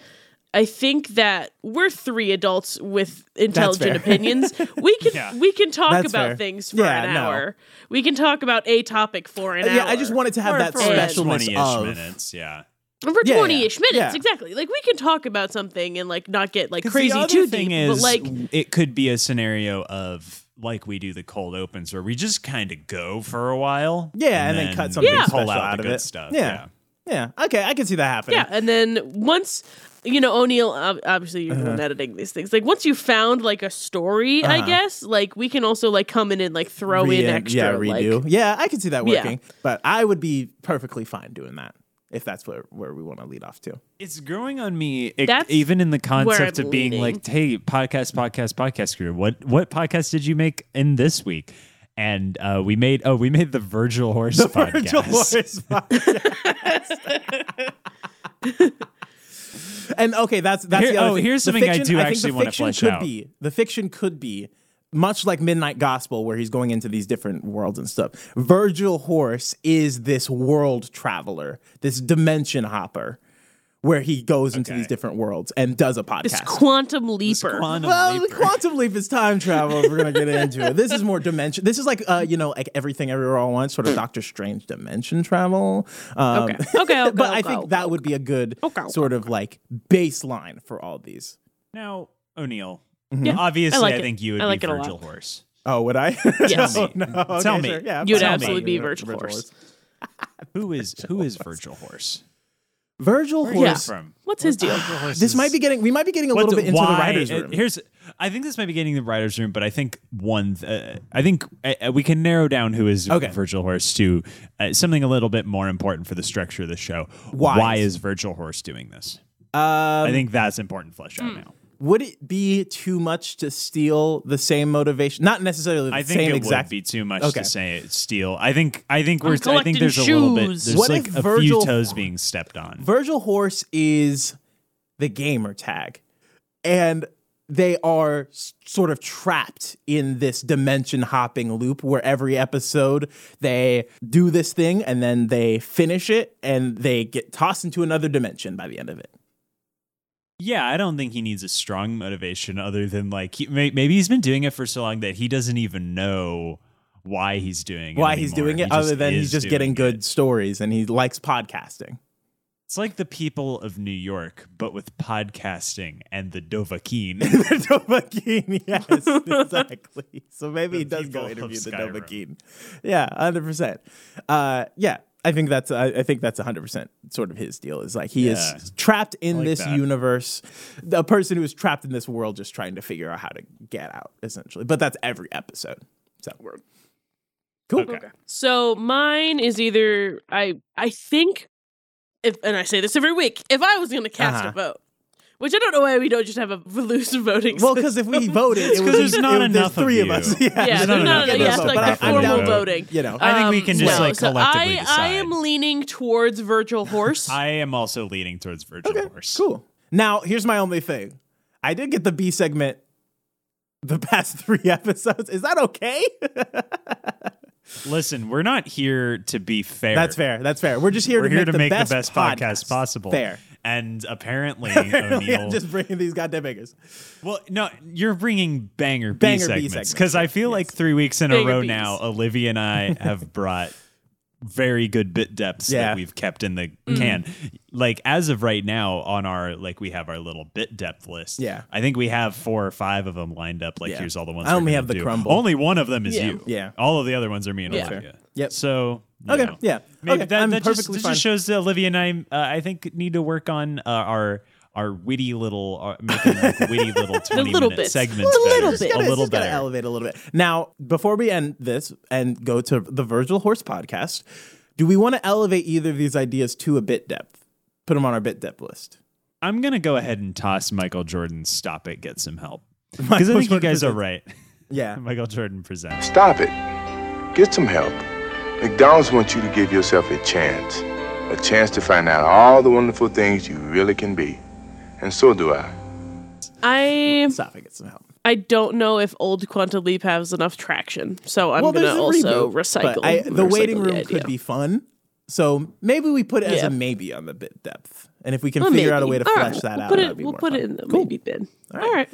S3: I think that we're three adults with intelligent
S1: fair.
S3: opinions. We can
S2: Yeah.
S3: we can talk
S1: That's
S3: about
S1: fair.
S3: things for
S1: Yeah,
S3: an
S1: no.
S3: hour. We can talk about a topic for an hour.
S1: Yeah, I just wanted to have
S3: Or
S1: that
S3: for-
S1: special- specialness
S2: Twenty-ish
S1: of-
S2: minutes. Yeah.
S3: for
S1: Yeah, yeah,
S3: twenty ish minutes,
S1: yeah.
S3: exactly. Like we can talk about something and like not get like
S2: 'Cause
S3: crazy
S2: the other
S3: too
S2: thing
S3: deep.
S2: is,
S3: but like
S2: it could be a scenario of like we do the cold opens where we just kind of go for a while.
S1: Yeah, and then cut something
S2: pull
S1: special
S2: out,
S1: out
S2: the
S1: of
S2: good
S1: it.
S2: Stuff.
S1: Yeah. Yeah. Okay, I can see that happening.
S3: yeah, and then once you know O'Neill, ob- obviously you're the
S1: Uh-huh.
S3: one editing these things. Like once you found like a story, I guess like we can also like come in and like throw in
S1: Re-
S3: extra.
S1: yeah,
S3: like-
S1: redo. yeah, I can see that
S3: Yeah.
S1: working. But I would be perfectly fine doing that if that's where, where we want to lead off to.
S2: It's growing on me, e-
S3: That's
S2: even in the concept
S3: where I'm
S2: of being
S3: leaning.
S2: like, "Hey, podcast, podcast, podcast crew, what what podcast did you make in this week?" And uh, we made oh, we made the Virgil Horse podcast.
S1: Virgil Morris podcast. and okay, that's that's
S2: Here-
S1: the other
S2: oh,
S1: thing.
S2: here's
S1: The
S2: something I do
S1: think
S2: actually
S1: the
S2: wanna
S1: fiction
S2: flesh
S1: could
S2: out.
S1: Be, the fiction could be much like Midnight Gospel, where he's going into these different worlds and stuff. Virgil Horse is this world traveler, this dimension hopper, where he goes into these different worlds and does a podcast.
S3: This quantum leaper.
S2: Quantum
S1: Well,
S2: leaper.
S1: quantum leap is time travel. If we're gonna get into it. This is more dimension. This is like uh, you know, like everything everywhere all at once, sort of Doctor Strange dimension travel. Um,
S3: Mm. Okay. Okay, okay,
S1: but I
S3: okay,
S1: think
S3: okay,
S1: that would be a good
S3: Okay, okay,
S1: sort of like baseline for all these.
S2: now, O'Neill.
S1: Mm-hmm.
S3: Yeah,
S2: Obviously, I,
S3: like it.
S2: think you would
S3: I like
S2: be
S3: it a lot.
S2: Virgil Horse.
S1: Oh, would I?
S3: Yes. Mm-hmm.
S1: Oh, no. Okay,
S2: Tell me.
S1: sure. Yeah,
S3: You would
S1: tell me.
S3: absolutely be Virgil Horse.
S2: Who is who is Virgil Horse?
S1: Virgil
S2: Where
S3: Yeah.
S2: is
S1: Horse.
S2: he from?
S3: What's his deal?
S2: Virgil Horse
S1: This
S2: is-
S1: might be getting. We might be getting a
S2: What
S1: little bit
S2: do-
S1: into the
S2: why-
S1: writers'
S2: uh,
S1: room.
S2: Here's, I think this might be getting the writers' room, but I think one, th- uh, I think uh, uh, we can narrow down who is
S1: Okay.
S2: Virgil Horse to uh, something a little bit more important for the structure of the show.
S1: Why?
S2: Why is Virgil Horse doing this?
S1: Um,
S3: Hmm.
S2: I think that's important. Flesh out now.
S1: Would it be too much to steal the same motivation? Not necessarily the
S2: I think
S1: same
S2: it
S1: exact.
S2: would be too much
S1: Okay.
S2: to say it's steal. I think I think we're I
S3: collecting
S2: think there's a little bit
S3: shoes.
S2: there's
S1: What
S2: like
S1: if
S2: a
S1: Virgil-
S2: few toes being stepped on.
S1: Virgil Horse is the gamer tag, and they are s- sort of trapped in this dimension hopping loop where every episode they do this thing and then they finish it and they get tossed into another dimension by the end of it.
S2: Yeah, I don't think he needs a strong motivation other than like he, may, maybe he's been doing it for so long that he doesn't even know why he's doing it.
S1: Why he's
S2: anymore.
S1: doing
S2: He
S1: it,
S2: just
S1: other than
S2: is
S1: he's just
S2: doing
S1: getting
S2: it.
S1: good stories and he likes podcasting.
S2: It's like the people of New York, but with podcasting and the Dovahkiin.
S1: Dovahkiin, yes, exactly. So maybe he
S2: The
S1: does
S2: people
S1: go
S2: of
S1: interview the
S2: Skyrim.
S1: Dovahkiin. Yeah, hundred percent. Uh, yeah, I think that's I, I think that's hundred percent sort of his deal. Is like he
S2: Yeah.
S1: is trapped in
S2: like
S1: this
S2: that.
S1: universe, a person who is trapped in this world, just trying to figure out how to get out, essentially. But that's every episode. So cool.
S3: So mine is either I I think if and I say this every week, if I was gonna cast
S1: Uh-huh.
S3: a vote, which I don't know why we don't just have a loose voting
S1: Well,
S3: system.
S1: because if we voted, it
S2: 'cause
S1: was
S2: there's not
S1: it, was-
S2: enough
S1: there's
S2: of
S1: three of,
S2: you.
S1: us. Yeah,
S3: yeah,
S2: There's not
S3: there's not
S2: enough
S3: enough, yeah,
S2: votes,
S3: like
S2: but
S3: a
S2: I- I'm
S3: formal
S2: down.
S3: voting.
S1: You know,
S2: I think we can just,
S3: um, no,
S2: like, collectively
S3: so I, I
S2: decide.
S3: am leaning towards Virgil Horse.
S2: I am also leaning towards Virgil Horse.
S1: Cool. Now, here's my only thing. I did get the B segment the past three episodes. Is that okay?
S2: Listen, we're not here to be fair.
S1: That's fair. That's fair. We're just here,
S2: We're
S1: to,
S2: here
S1: make
S2: to
S1: the
S2: make
S1: best
S2: the best podcast, possible.
S1: Fair.
S2: And apparently,
S1: I'm
S2: O'Neill.
S1: just bringing these goddamn bangers.
S2: well, no, you're bringing banger,
S1: Banger B
S2: B segments
S1: segments,
S2: because I feel like three weeks in
S3: Banger
S2: a row
S3: Bs.
S2: now, Olivia and I have brought very good bit depths
S1: Yeah.
S2: that we've kept in the
S3: Mm.
S2: can. Like as of right now, on our like we have our little bit depth list.
S1: Yeah.
S2: I think we have four or five of them lined up. Like
S1: Yeah.
S2: here's all the ones.
S1: I
S2: we're
S1: only
S2: gonna
S1: have the
S2: do.
S1: crumble.
S2: Only one of them is
S3: Yeah.
S2: you.
S1: Yeah.
S2: All of the other ones are me and
S3: Yeah.
S2: Olivia.
S1: Yep.
S2: So you
S1: Okay.
S2: know.
S1: Yeah.
S2: Maybe
S1: Okay,
S2: that,
S1: I'm
S2: that just,
S1: perfectly
S2: that
S1: fine.
S2: just shows that Olivia and I, uh, I think, need to work on uh, our our witty little, our, making like witty little twenty
S3: little
S2: minute
S3: bits.
S2: segments,
S3: The little
S2: better,
S3: bits.
S2: a
S1: Gotta-
S2: little
S1: just gotta
S2: better.
S1: elevate a little bit. Now, before we end this and go to the Virgil Horse podcast, do we want to elevate either of these ideas to a bit depth? Put them on our bit depth list.
S2: I'm gonna go ahead and toss Michael Jordan's "Stop It, Get Some Help" because I think you
S1: Jordan
S2: guys are
S1: presents-
S2: right.
S1: Yeah.
S2: Michael Jordan presents.
S7: Stop it. Get some help. McDonald's wants you to give yourself a chance. A chance to find out all the wonderful things you really can be. And so do I.
S3: I
S1: Stop and get some help.
S3: I don't know if old Quantum Leap has enough traction, so I'm
S1: well, there's
S3: gonna
S1: a
S3: also
S1: reboot,
S3: recycle.
S1: But I, the
S3: recycle
S1: waiting room
S3: idea.
S1: could be fun. So maybe we put it as
S3: Yeah.
S1: a maybe on the bit depth, and if we can
S3: Well,
S1: figure out a way
S3: maybe.
S1: to
S3: All
S1: flesh
S3: right,
S1: that
S3: we'll
S1: out,
S3: Put
S1: that'd
S3: it,
S1: be
S3: we'll
S1: more
S3: put
S1: fun.
S3: it in the
S1: Cool.
S3: maybe bin. All
S1: right.
S3: right.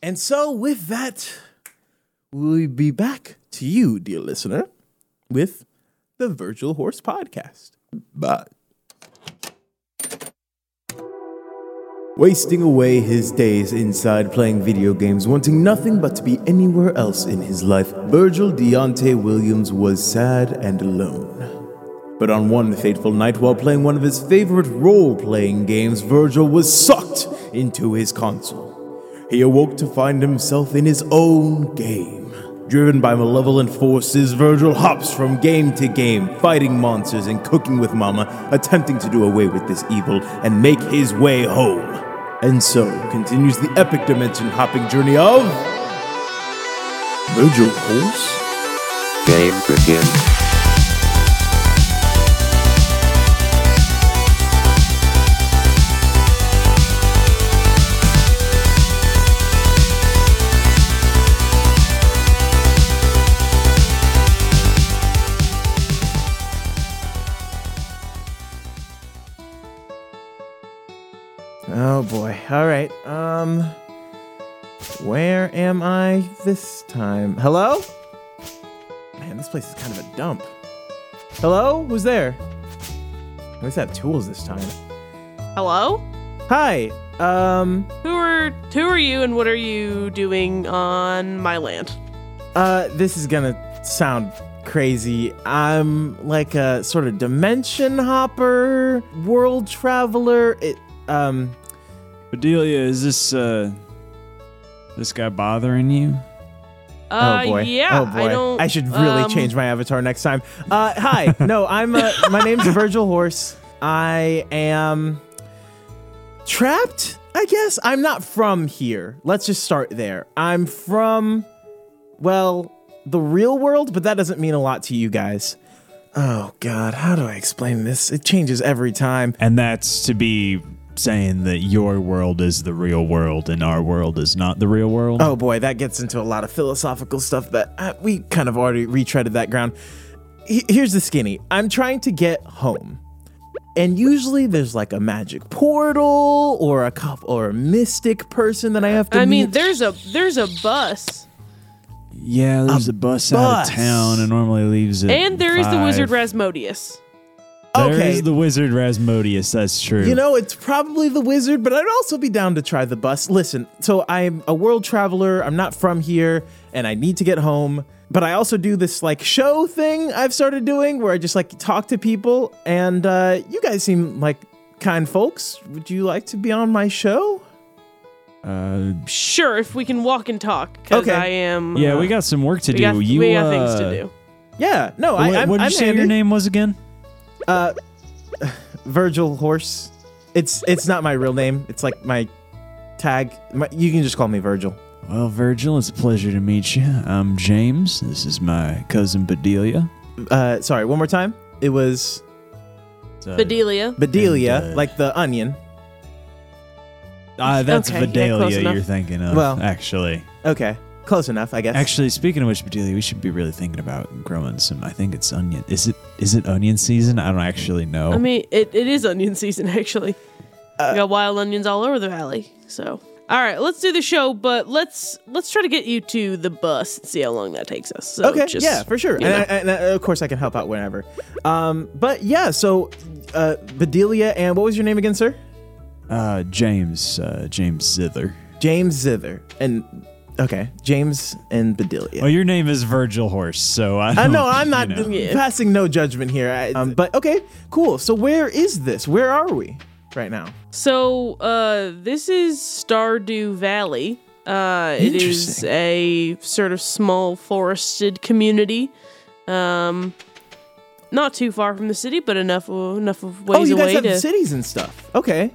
S1: And so with that, we'll be back to you, dear listener, with the Virgil Horse Podcast. Bye. Wasting away his days inside playing video games, wanting nothing but to be anywhere else in his life, Virgil Deontay Williams was sad and alone. But on one fateful night, while playing one of his favorite role playing games, Virgil was sucked into his console. He awoke to find himself in his own game. Driven by malevolent forces, Virgil hops from game to game, fighting monsters and cooking with Mama, attempting to do away with this evil and make his way home. And so continues the epic dimension hopping journey of. Virgil Horse?
S8: Game begins.
S1: Oh boy. All right. Um. Where am I this time? Hello? Man, this place is kind of a dump. Hello? Who's there? At least I have tools this time.
S3: Hello.
S1: Hi. Um.
S3: Who are who are you, and what are you doing on my land?
S1: Uh. This is gonna sound crazy. I'm like a sort of dimension hopper, world traveler. It. Um.
S2: Bedelia, is this uh, this guy bothering you?
S3: Uh,
S1: oh boy.
S3: Yeah.
S1: oh boy.
S3: I don't.
S1: should really
S3: um,
S1: change my avatar next time. Uh, hi. No, I'm. Uh, my name's Virgil Horse. I am trapped. I I guess I'm not from here. Let's just start there. I'm from, well, the real world, but that doesn't mean a lot to you guys. Oh, God. How do I explain this? It changes every time.
S2: And that's to be saying that your world is the real world and our world is not the real world.
S1: Oh, boy. That gets into a lot of philosophical stuff that uh, we kind of already retreaded that ground. He- here's the skinny I'm trying to get home. and usually there's like a magic portal or a cup or a mystic person that I have to
S3: I mean,
S1: meet.
S3: there's a there's a bus,
S2: Yeah, there's a, bus, out
S1: bus.
S2: of town and normally leaves at
S3: and there is the
S2: five.
S3: wizard Rasmodius.
S2: There
S1: Okay.
S2: is the wizard Rasmodius. That's true.
S1: you know, it's probably the wizard, but I'd also be down to try the bus. Listen, so I'm a world traveler. I'm not from here, and I need to get home. But I also do this like show thing I've started doing where I just like talk to people, and uh, you guys seem like kind folks. Would you like to be on my show?
S2: Uh,
S3: Sure, if we can walk and talk, because
S1: Okay.
S3: I am.
S2: yeah,
S3: uh,
S2: we got some work to
S3: we
S2: do.
S3: got,
S2: you
S3: we got
S2: uh,
S3: things to do.
S1: Yeah, no,
S2: What,
S1: I, I'm,
S2: what did you
S1: I'm
S2: say
S1: handy.
S2: your name was again?
S1: Uh, Virgil Horse. It's it's not my real name. It's like my tag. My, you can just call me Virgil.
S2: Well, Virgil, it's a pleasure to meet you. I'm James. This is my cousin Bedelia.
S1: Uh, sorry, one more time. It was
S2: So-
S3: Bedelia.
S1: Bedelia,
S2: uh,
S1: like the onion.
S2: Ah, that's
S3: Okay, yeah, close
S2: Bedelia
S3: enough.
S2: you're thinking of.
S1: Well-
S2: actually,
S1: Okay, close enough, I guess.
S2: actually, speaking of which, Bedelia, we should be really thinking about growing some. I think it's onion. Is it? Is it onion season? I don't actually know.
S3: I mean, it, it is onion season actually.
S1: Uh,
S3: we got wild onions all over the valley. So, all right, let's do the show, but let's let's try to get you to the bus and see how long that takes us. So
S1: okay,
S3: just,
S1: yeah, for sure.
S3: you
S1: And, I,
S3: know.
S1: and I, of course, I can help out whenever. Um, but yeah, so uh, Bedelia and what was your name again, sir?
S2: uh, James. Uh, James Zither.
S1: James Zither and okay, James and Bedelia.
S2: Well, your name is Virgil Horse, so I.
S1: I
S2: Oh, don't-
S1: know I'm not
S2: you know.
S3: Yeah.
S1: passing no judgment here. I, um, but okay, cool. So where is this? Where are we right now?
S3: So, uh, this is Stardew Valley. Uh, it is
S1: Interesting.
S3: a sort of small forested community. Um, not too far from the city, but enough enough of ways
S1: oh, you guys
S3: away
S1: have
S3: to
S1: cities and stuff. Okay,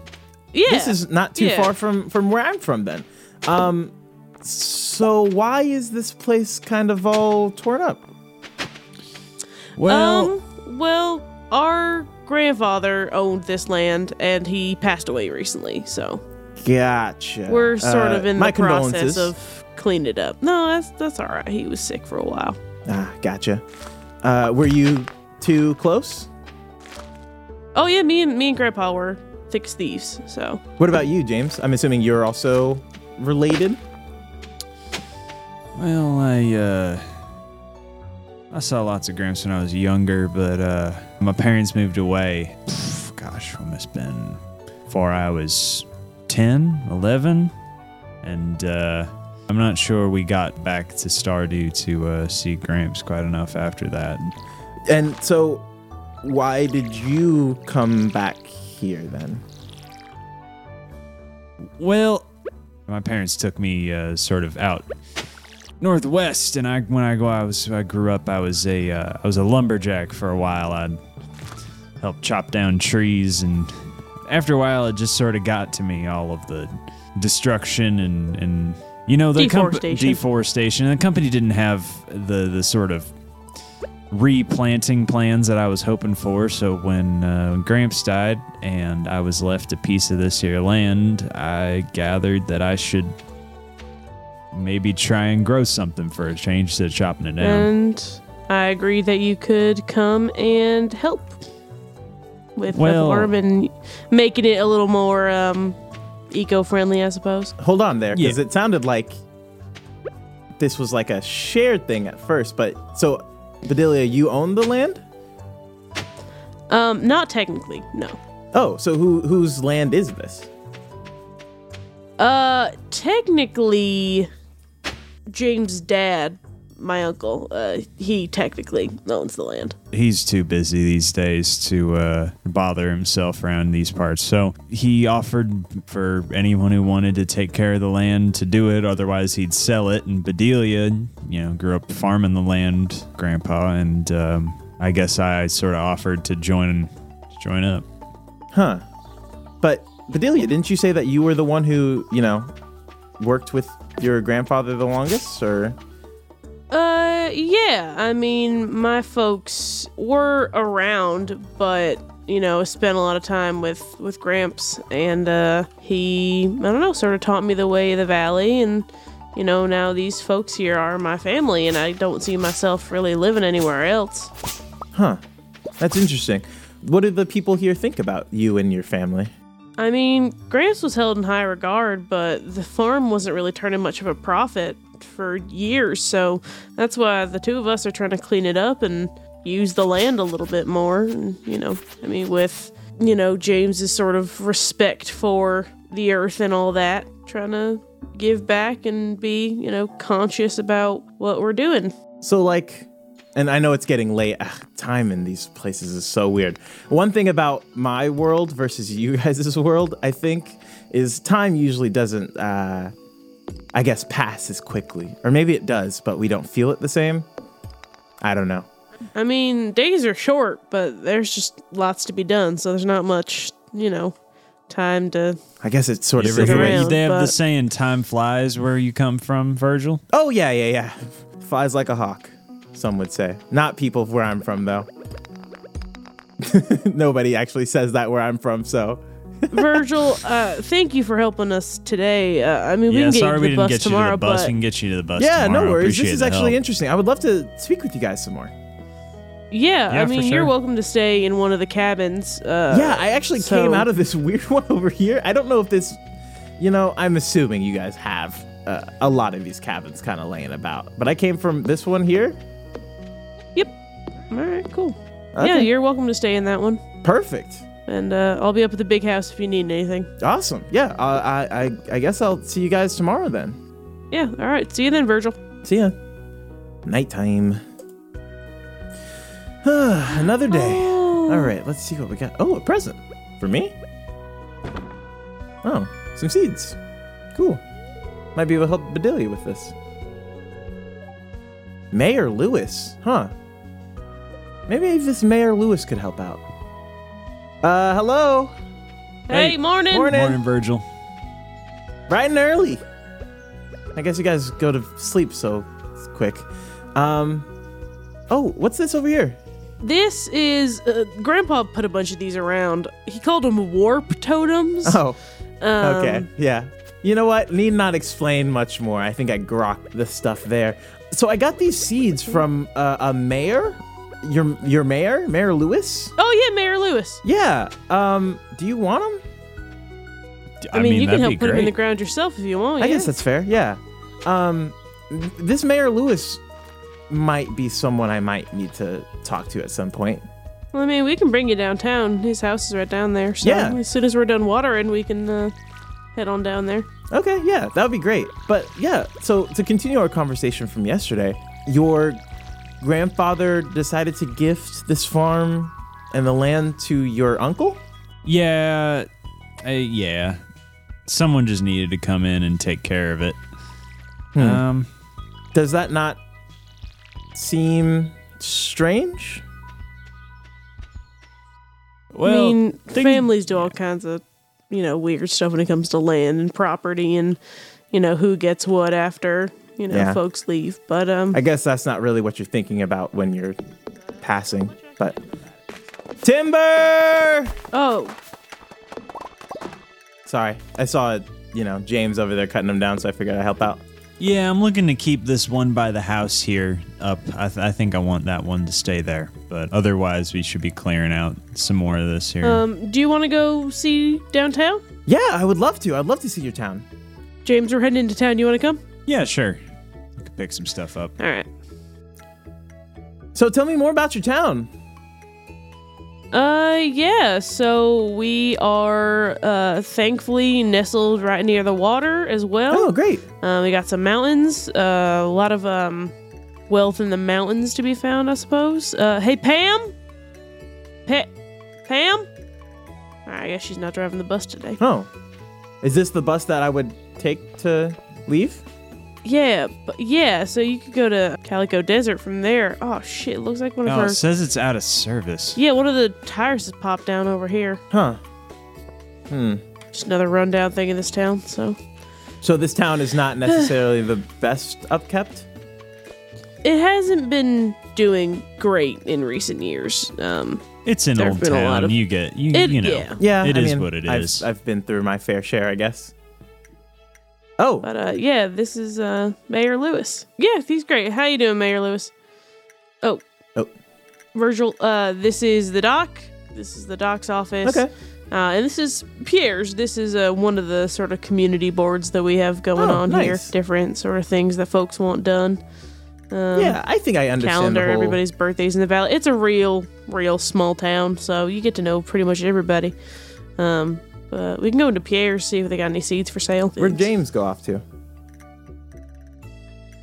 S3: yeah.
S1: this is not too
S3: Yeah.
S1: far from from where I'm from then. Um, so why is this place kind of all torn up?
S2: Well,
S3: um, well, our grandfather owned this land, and he passed away recently, so
S1: Gotcha.
S3: we're sort
S1: Uh,
S3: of in
S1: my
S3: the process
S1: condolences.
S3: of cleaning it up. No, that's that's all right. He was sick for a while.
S1: Ah, gotcha. Uh, were you too close?
S3: Oh yeah, me and me and Grandpa were thick as thieves, so
S1: What about you, James? I'm assuming you're also related.
S2: Well, I uh I saw lots of Gramps when I was younger, but uh my parents moved away. Pff, gosh, when it's been before I was 10, 11, and uh I'm not sure we got back to Stardew to uh, see Gramps quite enough after that.
S1: And so, why did you come back here then?
S2: Well, my parents took me uh, sort of out northwest, and I when I go, I was I grew up. I was a uh, I was a lumberjack for a while. I'd help chop down trees, and after a while, it just sort of got to me all of the destruction and and you know the comp-
S3: Deforestation.
S2: deforestation. And the company didn't have the the sort of replanting plans that I was hoping for. So when uh, Gramps died and I was left a piece of this here land, I gathered that I should maybe try and grow something for a change instead of chopping it
S3: Mm-hmm.
S2: down.
S3: and I agreed that you could come and help with the
S2: Well-
S3: farm and making it a little more um, eco-friendly, I suppose.
S1: Hold on there, because
S2: Yeah.
S1: it sounded like this was like a shared thing at first. But so, Bedelia, you own the land.
S3: Um, not technically, no.
S1: Oh, so who whose land is this?
S3: Uh, technically, James' dad, my uncle, uh, he technically owns the land.
S2: He's too busy these days to uh, bother himself around these parts. So he offered for anyone who wanted to take care of the land to do it. Otherwise, he'd sell it. And Bedelia, you know, grew up farming the land, Grandpa. And um, I guess I sort of offered to join, join up.
S1: Huh? But Bedelia, didn't you say that you were the one who, you know, worked with your grandfather the longest? Or
S3: Uh, yeah. I mean, my folks were around, but you know, spent a lot of time with with Gramps, and uh, he, I don't know, sort of taught me the way of the valley, and you know, now these folks here are my family, and I don't see myself really living anywhere else.
S1: that's interesting. What do the people here think about you and your family?
S3: I mean, Gramps was held in high regard, but the farm wasn't really turning much of a profit for years, so that's why the two of us are trying to clean it up and use the land a little bit more. And, you know, I mean, with, you know, James's sort of respect for the earth and all that, trying to give back and be, you know, conscious about what we're doing.
S1: So like, and I know it's getting late. Ugh, time in these places is so weird. One thing about my world versus you guys' world, I think, is time usually doesn't, uh, I guess, pass as quickly, or maybe it does, but we don't feel it the same. I don't know.
S3: I mean, days are short, but there's just lots to be done, so there's not much, you know, time to
S1: I guess it's sort
S2: You
S1: of.
S2: ever hear-
S3: around,
S2: they have
S3: but-
S2: the saying, time flies where you come from, Virgil.
S1: Oh yeah, yeah, yeah. Flies like a hawk, some would say. Not people where I'm from though. Nobody actually says that where I'm from, so
S3: Virgil, uh, thank you for helping us today. Uh, I mean, we
S2: yeah,
S3: can get
S2: sorry
S3: you
S2: we
S3: to the
S2: didn't
S3: bus
S2: get you to
S3: tomorrow,
S2: the bus.
S3: but
S2: We can get you to the bus
S1: yeah,
S2: tomorrow.
S1: no worries. This
S2: Appreciate
S1: is
S2: the
S1: actually
S2: help.
S1: interesting. I would love to speak with you guys some more.
S3: yeah,
S2: Yeah,
S3: I
S2: for
S3: mean,
S2: sure.
S3: you're welcome to stay in one of the cabins. Uh,
S1: yeah, I actually came
S3: so-
S1: out of this weird one over here. I don't know if this, you know, I'm assuming you guys have uh, a lot of these cabins kind of laying about, but I came from this one here.
S3: Yep. All right, cool. Yeah,
S1: Okay.
S3: you're welcome to stay in that one,
S1: Perfect.
S3: and uh, I'll be up at the big house if you need anything.
S1: Awesome. Yeah, I, I, I, I guess I'll see you guys tomorrow then.
S3: Yeah. All right. See you then, Virgil.
S1: See ya. Nighttime. Another day. All right, let's see what we got. Oh, a present for me. Oh, some seeds. Cool. Might be able to help Bedelia with this. Mayor Lewis, huh? Maybe if this Mayor Lewis could help out. Uh, hello.
S3: Hey,
S1: Hey,
S3: morning.
S1: morning.
S2: Morning, Virgil.
S1: bright and early. I guess you guys go to sleep so it's quick. Um, oh, what's this over here?
S3: This is uh, Grandpa put a bunch of these around. He called them warp totems.
S1: Oh,
S3: Um,
S1: okay, yeah. You know what? Need not explain much more. I think I grokked the stuff there. So I got these seeds from uh, a mayor, your your mayor, Mayor Lewis.
S3: Oh yeah, Mayor Lewis.
S1: Yeah. Um, do you want them?
S3: I, mean, you can
S2: that'd
S3: help
S2: be
S3: put them in the
S2: great.
S3: ground yourself if you want.
S1: I
S3: yeah.
S1: guess that's fair. Yeah. Um, th- this Mayor Lewis might be someone I might need to talk to at some point.
S3: Well, I mean, we can bring you downtown. His house is right down there. So
S1: Yeah.
S3: as soon as we're done watering, we can uh, head on down there.
S1: Okay, yeah, that would be great. But yeah, so to continue our conversation from yesterday, your grandfather decided to gift this farm and the land to your uncle?
S2: Yeah, uh, yeah. Someone just needed to come in and take care of it.
S1: Hmm.
S2: Um,
S1: Does that not seem strange?
S2: well,
S3: I mean,
S2: thing-
S3: families do all kinds of, you know, weird stuff when it comes to land and property and, you know, who gets what after, you know,
S1: Yeah.
S3: folks leave. But um,
S1: I guess that's not really what you're thinking about when you're passing, but. Timber!
S3: oh,
S1: Sorry, I saw, you know, James over there cutting him down, so I figured I'd help out.
S2: yeah, I'm looking to keep this one by the house here up. I, th- I think I want that one to stay there, but otherwise, we should be clearing out some more of this here.
S3: um, do you want to go see downtown?
S1: Yeah, I would love to. I'd love to see your town.
S3: James, we're heading into town. You want to come?
S2: yeah, sure. We could pick some stuff up.
S3: All right.
S1: So tell me more about your town.
S3: Uh, yeah. So we are uh, thankfully nestled right near the water as well.
S1: Oh, great.
S3: Uh, we got some mountains, uh, a lot of um, wealth in the mountains to be found, I suppose. Uh, hey, Pam? Pa- Pam? All right, I guess she's not driving the bus today.
S1: Oh. Is this the bus that I would take to leave?
S3: Yeah, but yeah, so you could go to Calico Desert from there. Oh, shit, looks like one of
S2: Oh,
S3: our.
S2: it says it's out of service.
S3: yeah, one of the tires has popped down over here.
S1: Huh. Hmm.
S3: Just another rundown thing in this town. So
S1: So this town is not necessarily the best upkept.
S3: it hasn't been doing great in recent years. Um,
S2: It's an
S3: There've
S2: old
S3: been a lot
S2: town.
S3: of-
S2: you get you,
S3: It-
S2: you know.
S3: yeah.
S1: Yeah,
S2: It
S1: I
S2: is
S1: mean,
S2: what it
S1: I've-
S2: is.
S1: I've been through my fair share, I guess. Oh,
S3: but uh, yeah, this is uh, Mayor Lewis. Yeah, he's great. How you doing, Mayor Lewis? Oh,
S1: Oh.
S3: Virgil. Uh, this is the doc. This is the doc's office.
S1: Okay.
S3: Uh, and this is Pierre's. This is uh, one of the sort of community boards that we have going
S1: Oh,
S3: on here.
S1: nice.
S3: Different sort of things that folks want done. Um,
S1: yeah, I think I understand
S3: calendar.
S1: the whole.
S3: Everybody's birthdays in the valley. It's a real, real small town, so you get to know pretty much everybody. Um, but we can go into Pierre's see if they got any seeds for sale.
S1: Where'd
S3: Things.
S1: James go off to?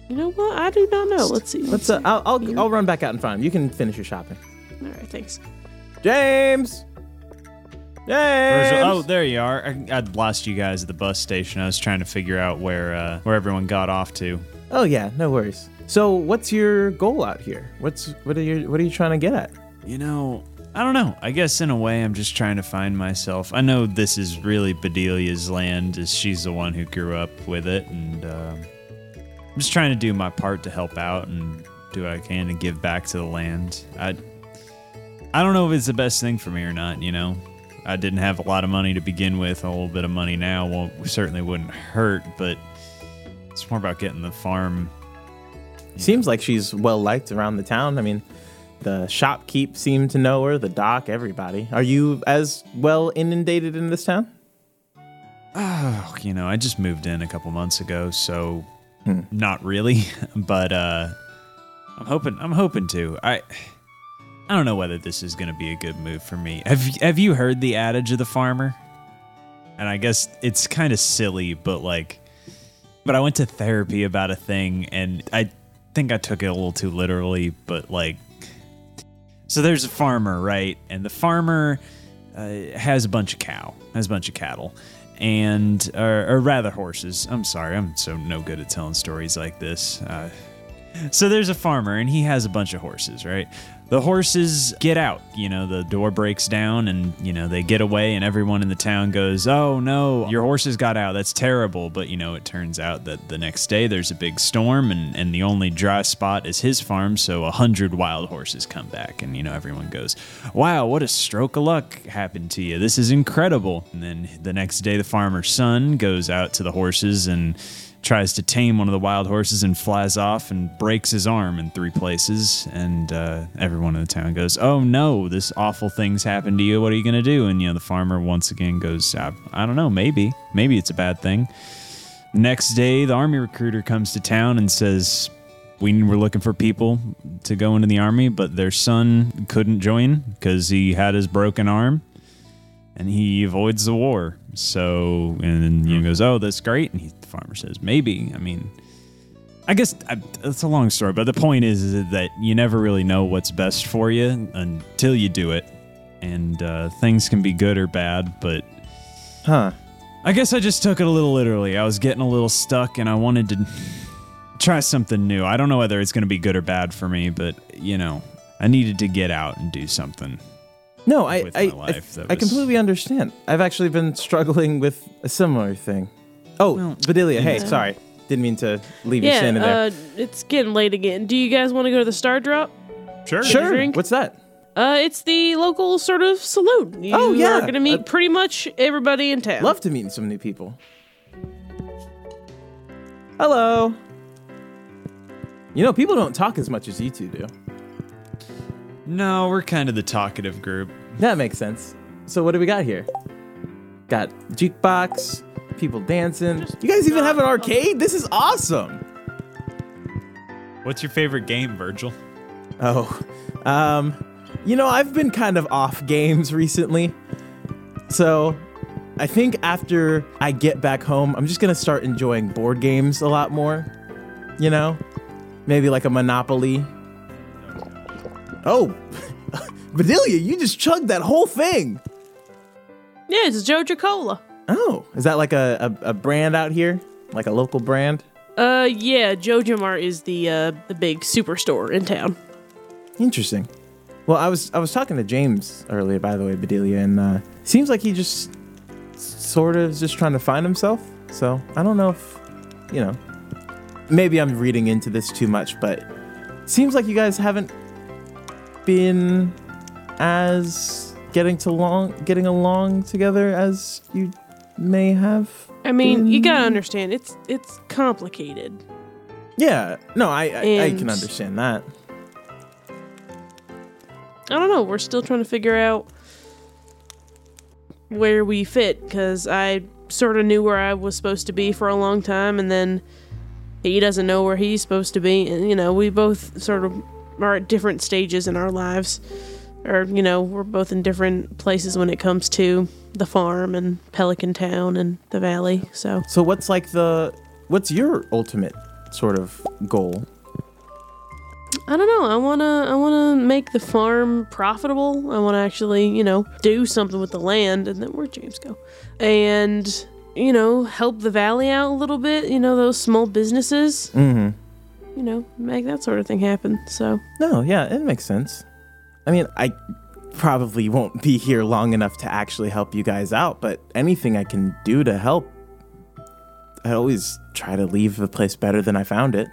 S3: You know what? I do not know. Let's see.
S1: Let's. Uh, I'll, I'll. I'll run back out and find him. You can finish your shopping.
S3: All right, thanks.
S1: James. James.
S2: Virgil- oh, there you are. I, I'd lost you guys at the bus station. I was trying to figure out where uh, where everyone got off to.
S1: Oh yeah, no worries. So, what's your goal out here? What's what are you what are you trying to get at?
S2: You know, I don't know. I guess in a way, I'm just trying to find myself. I know this is really Bedelia's land, as she's the one who grew up with it, and um I'm just trying to do my part to help out and do what I can to give back to the land. I I don't know if it's the best thing for me or not. You know, I didn't have a lot of money to begin with. A little bit of money now won't certainly wouldn't hurt, but it's more about getting the farm
S1: Seems like she's well liked around the town. I mean, the shopkeep seemed to know her, the doc, everybody. Are you as well inundated in this town?
S2: Oh, you know, I just moved in a couple months ago, so not really. But uh, I'm hoping. I'm hoping to. I. I don't know whether this is going to be a good move for me. Have Have you heard the adage of the farmer? And I guess it's kind of silly, but like, but I went to therapy about a thing, and I think I took it a little too literally. But like, so there's a farmer, right? And the farmer uh, has a bunch of cow, has a bunch of cattle, and or, or rather horses. I'm sorry, I'm so no good at telling stories like this. Uh, so there's a farmer, and he has a bunch of horses, right? The horses get out. You know, the door breaks down, and you know they get away, and everyone in the town goes, "Oh no, your horses got out. That's terrible." But you know, it turns out that the next day there's a big storm, and and the only dry spot is his farm. So a hundred wild horses come back, and you know everyone goes, "Wow, what a stroke of luck happened to you. This is incredible." And then the next day, the farmer's son goes out to the horses and tries to tame one of the wild horses and flies off and breaks his arm in three places. And uh, everyone in the town goes, "Oh no, this awful thing's happened to you. What are you gonna do?" And you know, the farmer once again goes, "I, I don't know. Maybe, maybe it's a bad thing." Next day, the army recruiter comes to town and says, we were looking for people to go into the army, but their son couldn't join because he had his broken arm and he avoids the war. So, and then you know, goes, Oh, that's great. And he, the farmer says, Maybe. I mean, I guess I, that's a long story, but the point is, is that you never really know what's best for you until you do it. And uh, things can be good or bad, but
S1: Huh.
S2: I guess I just took it a little literally. I was getting a little stuck and I wanted to try something new. I don't know whether it's going to be good or bad for me, but you know, I needed to get out and do something.
S1: No, I
S2: With my
S1: I,
S2: life,
S1: I,
S2: that
S1: I
S2: was-
S1: completely understand. I've actually been struggling with a similar thing. Oh, Bedelia, hey, sorry. Didn't mean to leave you
S3: Yeah,
S1: standing there.
S3: uh, it's getting late again. Do you guys want to go to the Star Drop?
S2: Sure.
S1: sure.
S3: drink?
S1: What's that?
S3: Uh, it's the local sort of saloon. You
S1: Oh, yeah.
S3: are gonna meet
S1: Uh,
S3: pretty much everybody in town.
S1: Love to meet some new people. Hello. You know, people don't talk as much as you two do.
S2: No, we're kind of the talkative group.
S1: That makes sense. So what do we got here? Got jukebox, people dancing. You guys even have an arcade? This is awesome.
S2: What's your favorite game, Virgil?
S1: Oh, um, you know, I've been kind of off games recently. So I think after I get back home, I'm just going to start enjoying board games a lot more. You know, maybe like a Monopoly. Oh, Bedelia, you just chugged that whole thing.
S3: Yeah, it's Joja Cola.
S1: Oh, is that like a, a, a brand out here? Like a local brand?
S3: Uh, yeah, Joja Mart is the uh the big superstore in town.
S1: Interesting. Well, I was I was talking to James earlier, by the way, Bedelia, and uh, seems like he just sort of just trying to find himself. So I don't know if, you know, maybe I'm reading into this too much, but seems like you guys haven't been as getting to long getting along together as you may have.
S3: I mean, you gotta
S1: Mm.
S3: understand it's it's complicated.
S1: Yeah, no, I I, I can
S3: And-
S1: understand that.
S3: I don't know. We're still trying to figure out where we fit because I sort of knew where I was supposed to be for a long time, and then he doesn't know where he's supposed to be. And you know, we both sort of are at different stages in our lives, or you know, we're both in different places when it comes to the farm and Pelican Town and the Valley. So
S1: So what's like the what's your ultimate sort of goal?
S3: I don't know. I wanna I wanna make the farm profitable. I wanna actually, you know, do something with the land and then where'd James go? And you know, help the valley out a little bit, you know, those small businesses.
S1: Mm.
S3: Mm-hmm. You know, make that sort of thing happen. So
S1: No, yeah, it makes sense. I mean, I probably won't be here long enough to actually help you guys out, but anything I can do to help, I always try to leave the place better than I found it.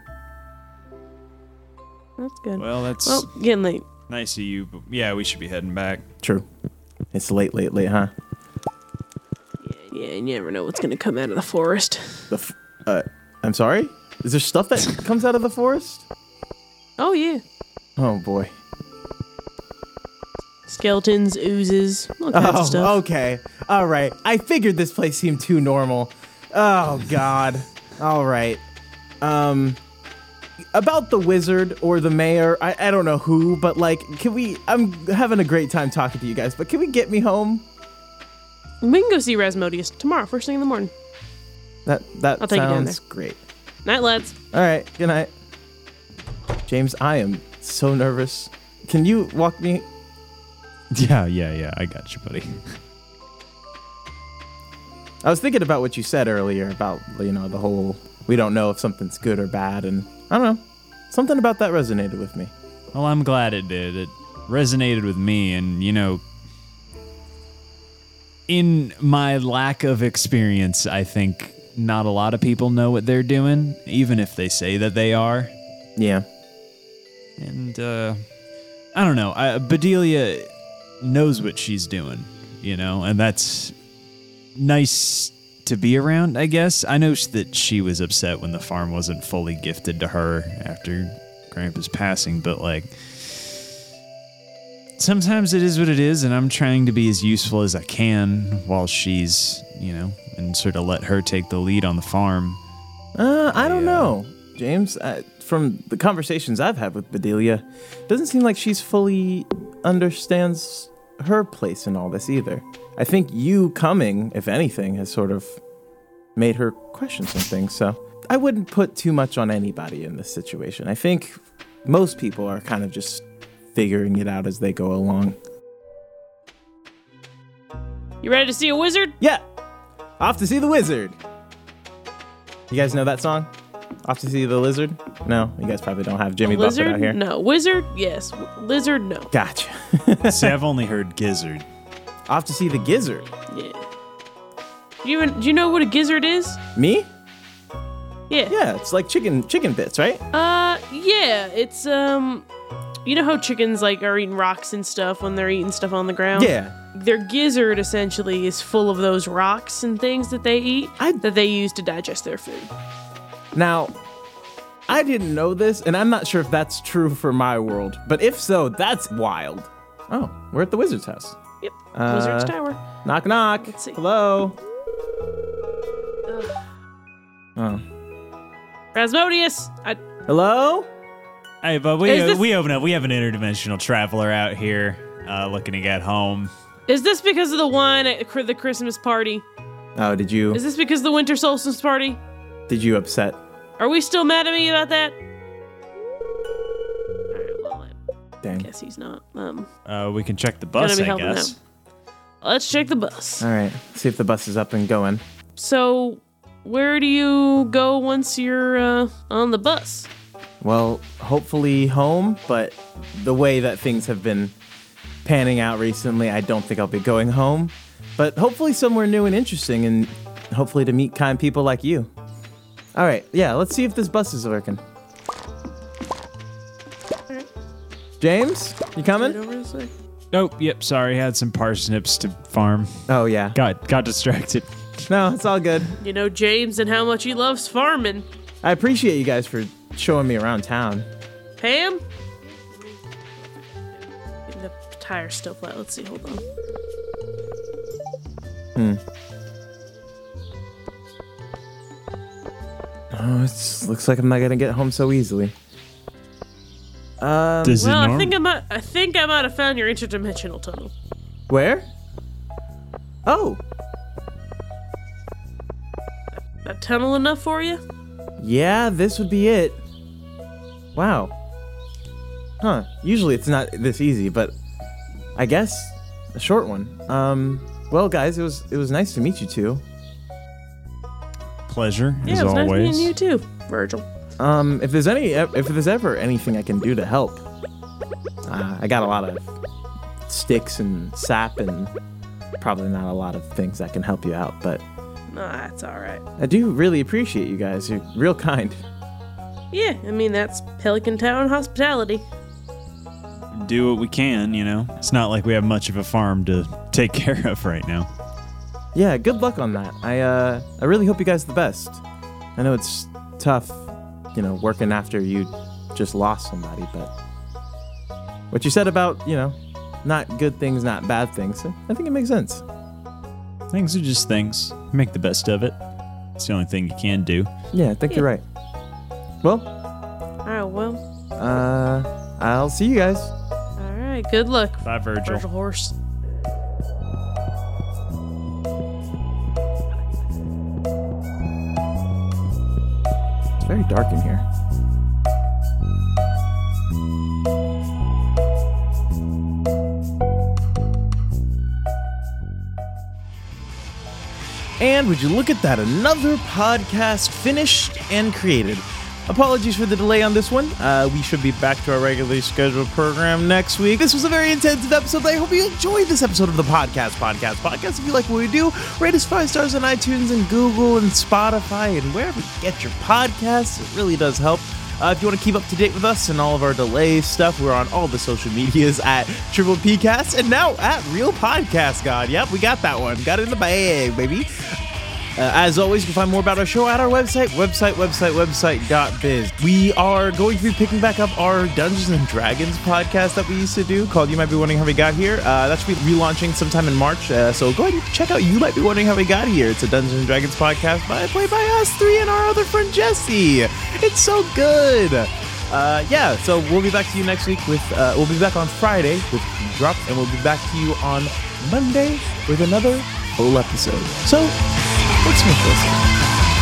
S3: that's good.
S2: Well,
S3: Well,
S2: that's
S3: getting late.
S2: nice of you. But yeah, we should be heading back.
S1: True. It's late, late, late, huh?
S3: Yeah, you never know what's gonna come out of the forest.
S1: The f- uh, I'm sorry? Is there stuff that comes out of the forest?
S3: Oh yeah.
S1: Oh boy.
S3: Skeletons, oozes, all kinds of
S1: Oh,
S3: stuff.
S1: okay. All right. I figured this place seemed too normal. Oh God. All right. Um, about the wizard or the mayor. I, I don't know who, but like, can we? I'm having a great time talking to you guys, but can we get me home? oh.
S3: We can go see Rasmodius tomorrow, first thing in the morning.
S1: That that
S3: I'll take you down
S1: sounds great.
S3: Night lads.
S1: All right. Good night, James. I am so nervous. Can you walk me?
S2: Yeah, yeah, yeah. I got you, buddy.
S1: I was thinking about what you said earlier about you know the whole we don't know if something's good or bad, and I don't know. Something about that resonated with me.
S2: Well, I'm glad it did. It resonated with me, and you know, in my lack of experience, I think not a lot of people know what they're doing, even if they say that they are.
S1: Yeah.
S2: And uh, I don't know. I, Bedelia knows what she's doing, you know, and that's nice to be around, I guess. I know sh- that she was upset when the farm wasn't fully gifted to her after Grandpa's passing, but like. Sometimes it is what it is, and I'm trying to be as useful as I can while she's, you know, and sort of let her take the lead on the farm.
S1: Uh, I don't know, James. Uh, from the conversations I've had with Bedelia, doesn't seem like she's fully understands her place in all this either. I think you coming, if anything, has sort of made her question some things. So I wouldn't put too much on anybody in this situation. I think most people are kind of just figuring it out as they go along.
S3: You ready to see a wizard?
S1: Yeah, off to see the wizard. You guys know that song? Off to see the lizard? No, you guys probably don't have Jimmy Buffett out
S3: Lizard?
S1: here.
S3: No. Wizard? Yes. W- Lizard? No.
S1: Gotcha.
S2: See, I've only heard Gizzard.
S1: Off to see the gizzard.
S3: Yeah. Do you even, do you know what a gizzard is?
S1: Me?
S3: Yeah.
S1: Yeah, it's like chicken chicken bits, right?
S3: Uh, yeah. It's um, you know how chickens like are eating rocks and stuff when they're eating stuff on the ground.
S1: Yeah.
S3: Their gizzard essentially is full of those rocks and things that they eat
S1: I-
S3: that they use to digest their food.
S1: Now, I didn't know this, and I'm not sure if that's true for my world, but if so, that's wild. Oh, we're at the wizard's house.
S3: Yep. Wizard's
S1: Uh,
S3: Tower.
S1: Knock knock.
S3: Let's see.
S1: Hello. Oh.
S3: Rasmodius. I,
S1: Hello?
S2: Hey, but we
S3: Is this-
S2: we open up. We have an interdimensional traveler out here uh, looking to get home.
S3: is this because of the wine at cr- the Christmas party?
S1: Oh, did you
S3: Is this because of the winter solstice party?
S1: did you upset?
S3: Are we still mad at me about that? Alright, well, I
S1: Dang.
S3: guess he's not. Um,
S2: Uh, we can check the
S3: gonna
S2: bus,
S3: be
S2: I
S3: helping
S2: guess.
S3: him. Let's check the bus.
S1: All right. See if the bus is up and going.
S3: So, where do you go once you're uh, on the bus?
S1: Well, hopefully home, but the way that things have been panning out recently, I don't think I'll be going home. But hopefully somewhere new and interesting and hopefully to meet kind people like you. All right, yeah, let's see if this bus is working. James, you coming?
S2: Nope. Yep. Sorry. Had some parsnips to farm.
S1: Oh yeah.
S2: Got got distracted.
S1: No, it's all good.
S3: You know James and how much he loves farming.
S1: I appreciate you guys for showing me around town.
S3: Pam? The tire's still flat. Let's see. Hold on.
S1: Oh, it looks like I'm not gonna get home so easily.
S2: Does it
S3: Um, Well, I
S2: norm-
S3: think I might. I think I might have found your interdimensional tunnel.
S1: Where? Oh,
S3: That tunnel enough for you?
S1: yeah, this would be it. Wow. Huh. Usually it's not this easy, but I guess a short one. Um. Well, guys, it was it was nice to meet you two.
S2: pleasure
S3: Yeah,
S2: as
S3: it was
S2: always.
S3: nice meeting you too, Virgil.
S1: Um. If there's any, if there's ever anything I can do to help, uh, I got a lot of sticks and sap and probably not a lot of things that can help you out, but
S3: Nah, it's all right.
S1: I do really appreciate you guys. You're real kind.
S3: Yeah, I mean that's Pelican Town hospitality.
S2: Do what we can. You know, it's not like we have much of a farm to take care of right now.
S1: Yeah, good luck on that. I uh I really hope you guys the best. I know it's tough, you know, working after you just lost somebody, but what you said about, you know, not good things, not bad things, I think it makes sense.
S2: Things are just things. Make the best of it. It's the only thing you can do.
S1: Yeah, I think you're right. Well,
S3: All right, well,
S1: uh I'll see you guys.
S3: all right. Good luck,
S2: Bye, Virgil.
S3: Virgil horse.
S1: It's very dark in here. And would you look at that? Another podcast finished and created. Apologies for the delay on this one. Uh, we should be back to our regularly scheduled program next week. This was a very intensive episode, but I hope you enjoyed this episode of the podcast, podcast, podcast. If you like what we do, rate us five stars on iTunes and Google and Spotify and wherever you get your podcasts. It really does help. Uh, if you want to keep up to date with us and all of our delay stuff, we're on all the social medias at Triple PCast and now at Real Podcast God. Yep, we got that one. Got it in the bag, baby. Uh, as always, you can find more about our show at our website, website, website, website.biz. We are going to be picking back up our Dungeons and Dragons podcast that we used to do called You Might Be Wondering How We Got Here. Uh, that should be relaunching sometime in March. Uh, so go ahead and check out You Might Be Wondering How We Got Here. It's a Dungeons and Dragons podcast by, played by us three and our other friend Jesse. It's so good. Uh, yeah, so we'll be back to you next week with, uh, we'll be back on Friday with the Drop, and we'll be back to you on Monday with another full episode. So, let's make this.